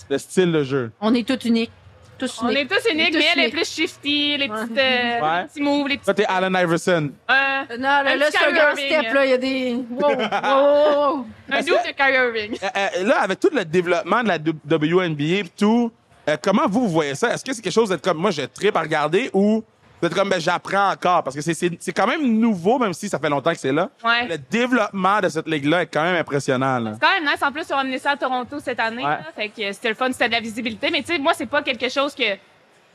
Speaker 3: Le style de jeu.
Speaker 4: On est tous uniques. Tous
Speaker 6: on est
Speaker 4: uniques.
Speaker 6: tous uniques,
Speaker 4: tous
Speaker 6: mais elle est
Speaker 4: uniques.
Speaker 6: plus shifty, les, petites, euh,
Speaker 3: Ouais.
Speaker 6: les petits moves, les
Speaker 3: Toi,
Speaker 6: petits.
Speaker 3: t'es Allen Iverson.
Speaker 6: Euh,
Speaker 4: Non, là,
Speaker 6: Un
Speaker 4: là
Speaker 6: petit hein.
Speaker 4: c'est un
Speaker 6: Kyrie
Speaker 4: grand
Speaker 6: Irving.
Speaker 4: step, là. Il y a des. Wow, wow, wow, wow.
Speaker 6: un double de Kyrie Irving.
Speaker 3: Euh, euh, là, avec tout le développement de la W- WNBA et tout, euh, comment vous voyez ça? Est-ce que c'est quelque chose d'être comme moi, je tripe à regarder ou
Speaker 2: Vous êtes comme, ben, j'apprends encore parce que c'est- c'est c'est quand même nouveau, même si ça fait longtemps que c'est là.
Speaker 6: Ouais.
Speaker 2: Le développement de cette ligue-là est quand même impressionnant. là.
Speaker 6: C'est quand même nice. En plus, ils ont amené ça à Toronto cette année. là. fait que euh, c'était le fun, c'était de la visibilité. Mais tu sais, moi, c'est pas quelque chose que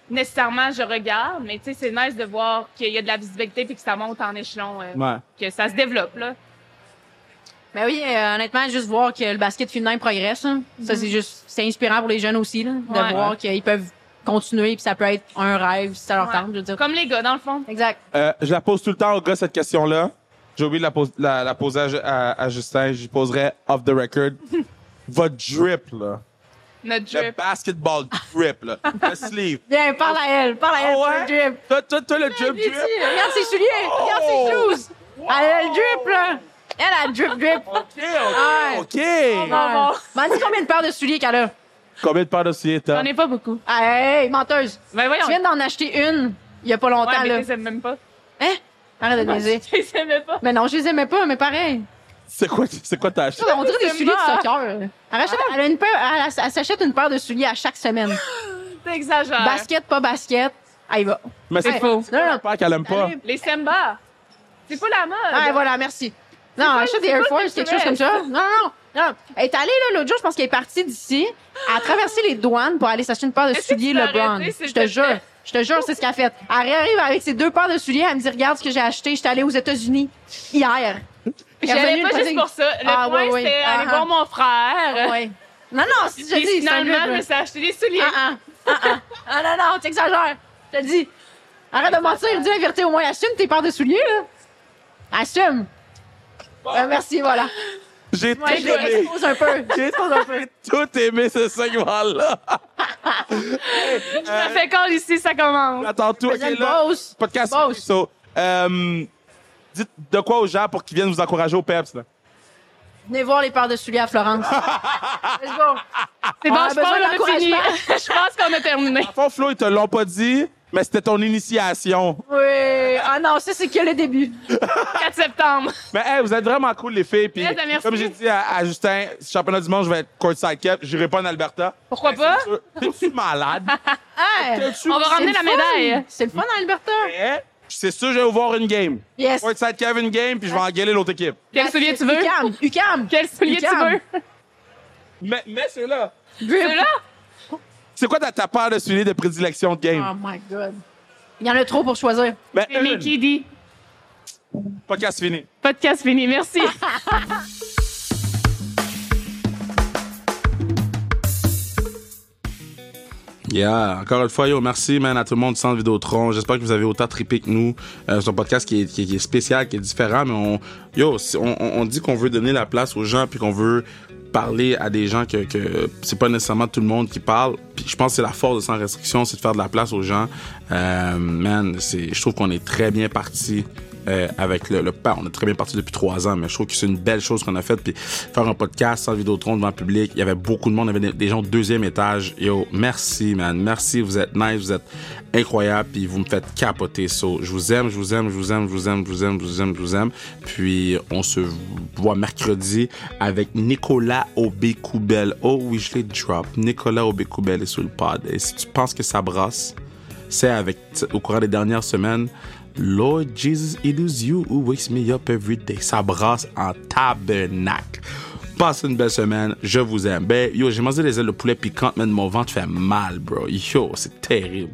Speaker 6: nécessairement je regarde, mais tu sais, c'est nice de voir qu'il y a de la visibilité puis que ça monte en échelon, euh,
Speaker 2: Ouais.
Speaker 6: que ça se développe là.
Speaker 4: Ben oui, euh, honnêtement, juste voir que le basket féminin progresse, hein. ça c'est juste, c'est inspirant pour les jeunes aussi, là, de
Speaker 6: Mhm. Ouais.
Speaker 4: voir qu'ils peuvent continuer puis ça peut être un rêve si ça leur
Speaker 6: Ouais.
Speaker 4: tente, je veux dire.
Speaker 6: Comme les gars, dans le fond.
Speaker 4: Exact.
Speaker 2: Euh, je la pose tout le temps aux gars, cette question-là. J'ai oublié de la, pose- la- la poser à, Ju- à- à Justin. Je lui poserai off the record. Votre drip, là.
Speaker 6: Notre
Speaker 2: Le
Speaker 6: drip.
Speaker 2: basketball drip, là. Le sleeve.
Speaker 4: Viens, parle à elle, parle à elle,
Speaker 2: Ah
Speaker 4: pour le drip.
Speaker 2: Toi, toi, toi, le drip,
Speaker 4: Lui dit,
Speaker 2: drip. Oh!
Speaker 4: regarde ses souliers, regarde ses choses. Elle a le drip, là. Elle a le drip, drip. Ouais.
Speaker 2: OK.
Speaker 6: Ah,
Speaker 4: Ouais. M'en dis combien de paires de souliers qu'elle a? Ah,
Speaker 2: Combien de paires de souliers t'as?
Speaker 6: J'en ai pas beaucoup.
Speaker 4: Hey, menteuse.
Speaker 6: Ben voyons.
Speaker 4: Je viens d'en acheter une il y a pas longtemps,
Speaker 6: Ouais,
Speaker 4: là.
Speaker 6: mais tu les aimes même pas.
Speaker 4: Hein? Arrête de niaiser.
Speaker 6: Tu les aimais pas.
Speaker 4: Mais non, je les aimais pas, mais pareil.
Speaker 2: C'est quoi, c'est quoi t'as acheté?
Speaker 4: On dirait des
Speaker 6: C'est
Speaker 4: souliers de
Speaker 6: mort.
Speaker 4: soccer. Elle, achète- elle a une paire- elle- elle s'achète une paire de souliers à chaque semaine.
Speaker 6: T'exagères.
Speaker 4: Basket, pas basket, elle y va.
Speaker 2: Mais c'est
Speaker 4: Ouais.
Speaker 2: pas
Speaker 4: Non, non,
Speaker 2: paire qu'elle aime pas.
Speaker 4: Salut.
Speaker 6: Les Semba. C'est pas la mode.
Speaker 4: Ah, voilà, merci. Non,
Speaker 6: pas-
Speaker 4: achète des
Speaker 6: c'est
Speaker 4: Air
Speaker 6: pas
Speaker 4: Force, quelque chose comme ça. Non, non, non. Elle est allée, là, l'autre jour, je pense qu'elle est partie d'ici. Elle a traversé les douanes pour aller s'acheter une paire de
Speaker 6: Est-ce que
Speaker 4: souliers
Speaker 6: tu l'as
Speaker 4: LeBron.
Speaker 6: arrêté, s'il
Speaker 4: Je te
Speaker 6: te plaît?
Speaker 4: jure. Je te jure, c'est ce qu'elle a fait. Elle arrive avec ses deux paires de souliers, elle me dit, regarde ce que j'ai acheté, j'étais allée aux États-Unis hier. Elle est
Speaker 6: J'allais
Speaker 4: revenue
Speaker 6: pas
Speaker 4: le
Speaker 6: juste
Speaker 4: côté-
Speaker 6: pour ça. Le
Speaker 4: Ah,
Speaker 6: point,
Speaker 4: ouais, ouais.
Speaker 6: c'était aller
Speaker 4: Ah,
Speaker 6: voir
Speaker 4: ah.
Speaker 6: mon frère.
Speaker 4: Ouais. Non, non, si je
Speaker 6: Puis
Speaker 4: dis, c'est un
Speaker 6: finalement,
Speaker 4: gars,
Speaker 6: je me
Speaker 4: là.
Speaker 6: suis acheté des souliers.
Speaker 4: Ah, ah, ah, ah. Ah, non, non, t'exagères. Je te dis. Arrête de mentir, dis la vérité au moins. Assume tes paires de souliers, là. Assume. Euh, merci, voilà.
Speaker 2: J'ai tout
Speaker 4: Je les
Speaker 2: aimé.
Speaker 4: expose un peu. Je les expose un peu.
Speaker 2: Tout aimé ce segment-là.
Speaker 4: euh.
Speaker 6: Ça fait quand ici, ça commence.
Speaker 2: Attends tout.
Speaker 4: Faisais
Speaker 2: ok,
Speaker 4: une
Speaker 2: là,
Speaker 4: pause.
Speaker 2: podcast.
Speaker 4: Pause.
Speaker 2: So, euh, dites de quoi aux gens pour qu'ils viennent vous encourager au PEPS. Là.
Speaker 4: Venez voir les paires de souliers à Florence. Let's go.
Speaker 6: C'est
Speaker 4: On
Speaker 6: bon,
Speaker 4: a
Speaker 6: je pense
Speaker 4: Ah, besoin
Speaker 6: qu'on a fini.
Speaker 4: d'encouragement.
Speaker 6: Je pense qu'on a terminé.
Speaker 2: En fond, Flo, ils te l'ont pas dit, mais c'était ton initiation.
Speaker 4: Oui. Ah non, ça, c'est que le début.
Speaker 6: 4 septembre.
Speaker 2: Mais hey, vous êtes vraiment cool, les filles. Puis,
Speaker 6: Yes, ben, merci.
Speaker 2: comme j'ai dit à, à Justin, championnat du monde, je vais être courtside cap. J'irai pas en Alberta.
Speaker 6: Pourquoi pas?
Speaker 2: Euh, T'es-tu malade?
Speaker 4: Hey,
Speaker 2: T'es-tu
Speaker 6: On va ramener la
Speaker 4: c'est le
Speaker 6: médaille.
Speaker 4: fun. C'est le fun, Alberta.
Speaker 2: malade? C'est sûr, je vais voir une game.
Speaker 4: Yes.
Speaker 2: Courtside cap, une game, puis je vais engueuler l'autre équipe.
Speaker 4: Ah,
Speaker 6: Quel soulier tu veux?
Speaker 4: UCAM. UCAM.
Speaker 6: Quel soulier tu
Speaker 4: Lucam.
Speaker 6: veux?
Speaker 2: Mais, mais c'est là.
Speaker 4: Drip.
Speaker 6: Celui-là?
Speaker 2: C'est quoi ta, ta paire de souliers de prédilection de game?
Speaker 4: Oh my God. Il y en a trop pour choisir.
Speaker 2: ben,
Speaker 6: C'est
Speaker 2: une.
Speaker 6: Mickey D.
Speaker 2: Podcast fini.
Speaker 6: Podcast fini. Merci.
Speaker 1: Yeah, encore une fois, yo, merci, man, à tout le monde du Centre Vidéotron. J'espère que vous avez autant trippé que nous. Euh, c'est un podcast qui est, qui, est- qui est spécial, qui est différent, mais on, yo, si- on, on- on dit qu'on veut donner la place aux gens puis qu'on veut parler à des gens que, que c'est pas nécessairement tout le monde qui parle. Puis je pense que c'est la force de Sans Restriction, c'est de faire de la place aux gens. Euh, man, c'est, je trouve qu'on est très bien parti euh, avec le, le PAN. On est très bien parti depuis trois ans, mais je trouve que c'est une belle chose qu'on a faite. Puis faire un podcast sans Vidéotron devant le public, il y avait beaucoup de monde, il y avait des, des gens au deuxième étage. Yo, merci, man. Merci, vous êtes nice, vous êtes incroyable, puis vous me faites capoter. So, je vous aime, je vous aime, je vous aime, je vous aime, je vous aime, je vous aime, je vous aime. Puis on se voit mercredi avec Nicolas Obécoubel. Oh oui, je l'ai drop. Nicolas Obécoubel est sur le pod. Et si tu penses que ça brasse, c'est avec au courant des dernières semaines. Lord Jesus, it is you who wakes me up every day. Ça brasse en tabernacle. Passez une belle semaine, je vous aime. Ben, yo, j'ai mangé des ailes de poulet piquantes, mais mon ventre fait mal, bro. Yo, c'est terrible.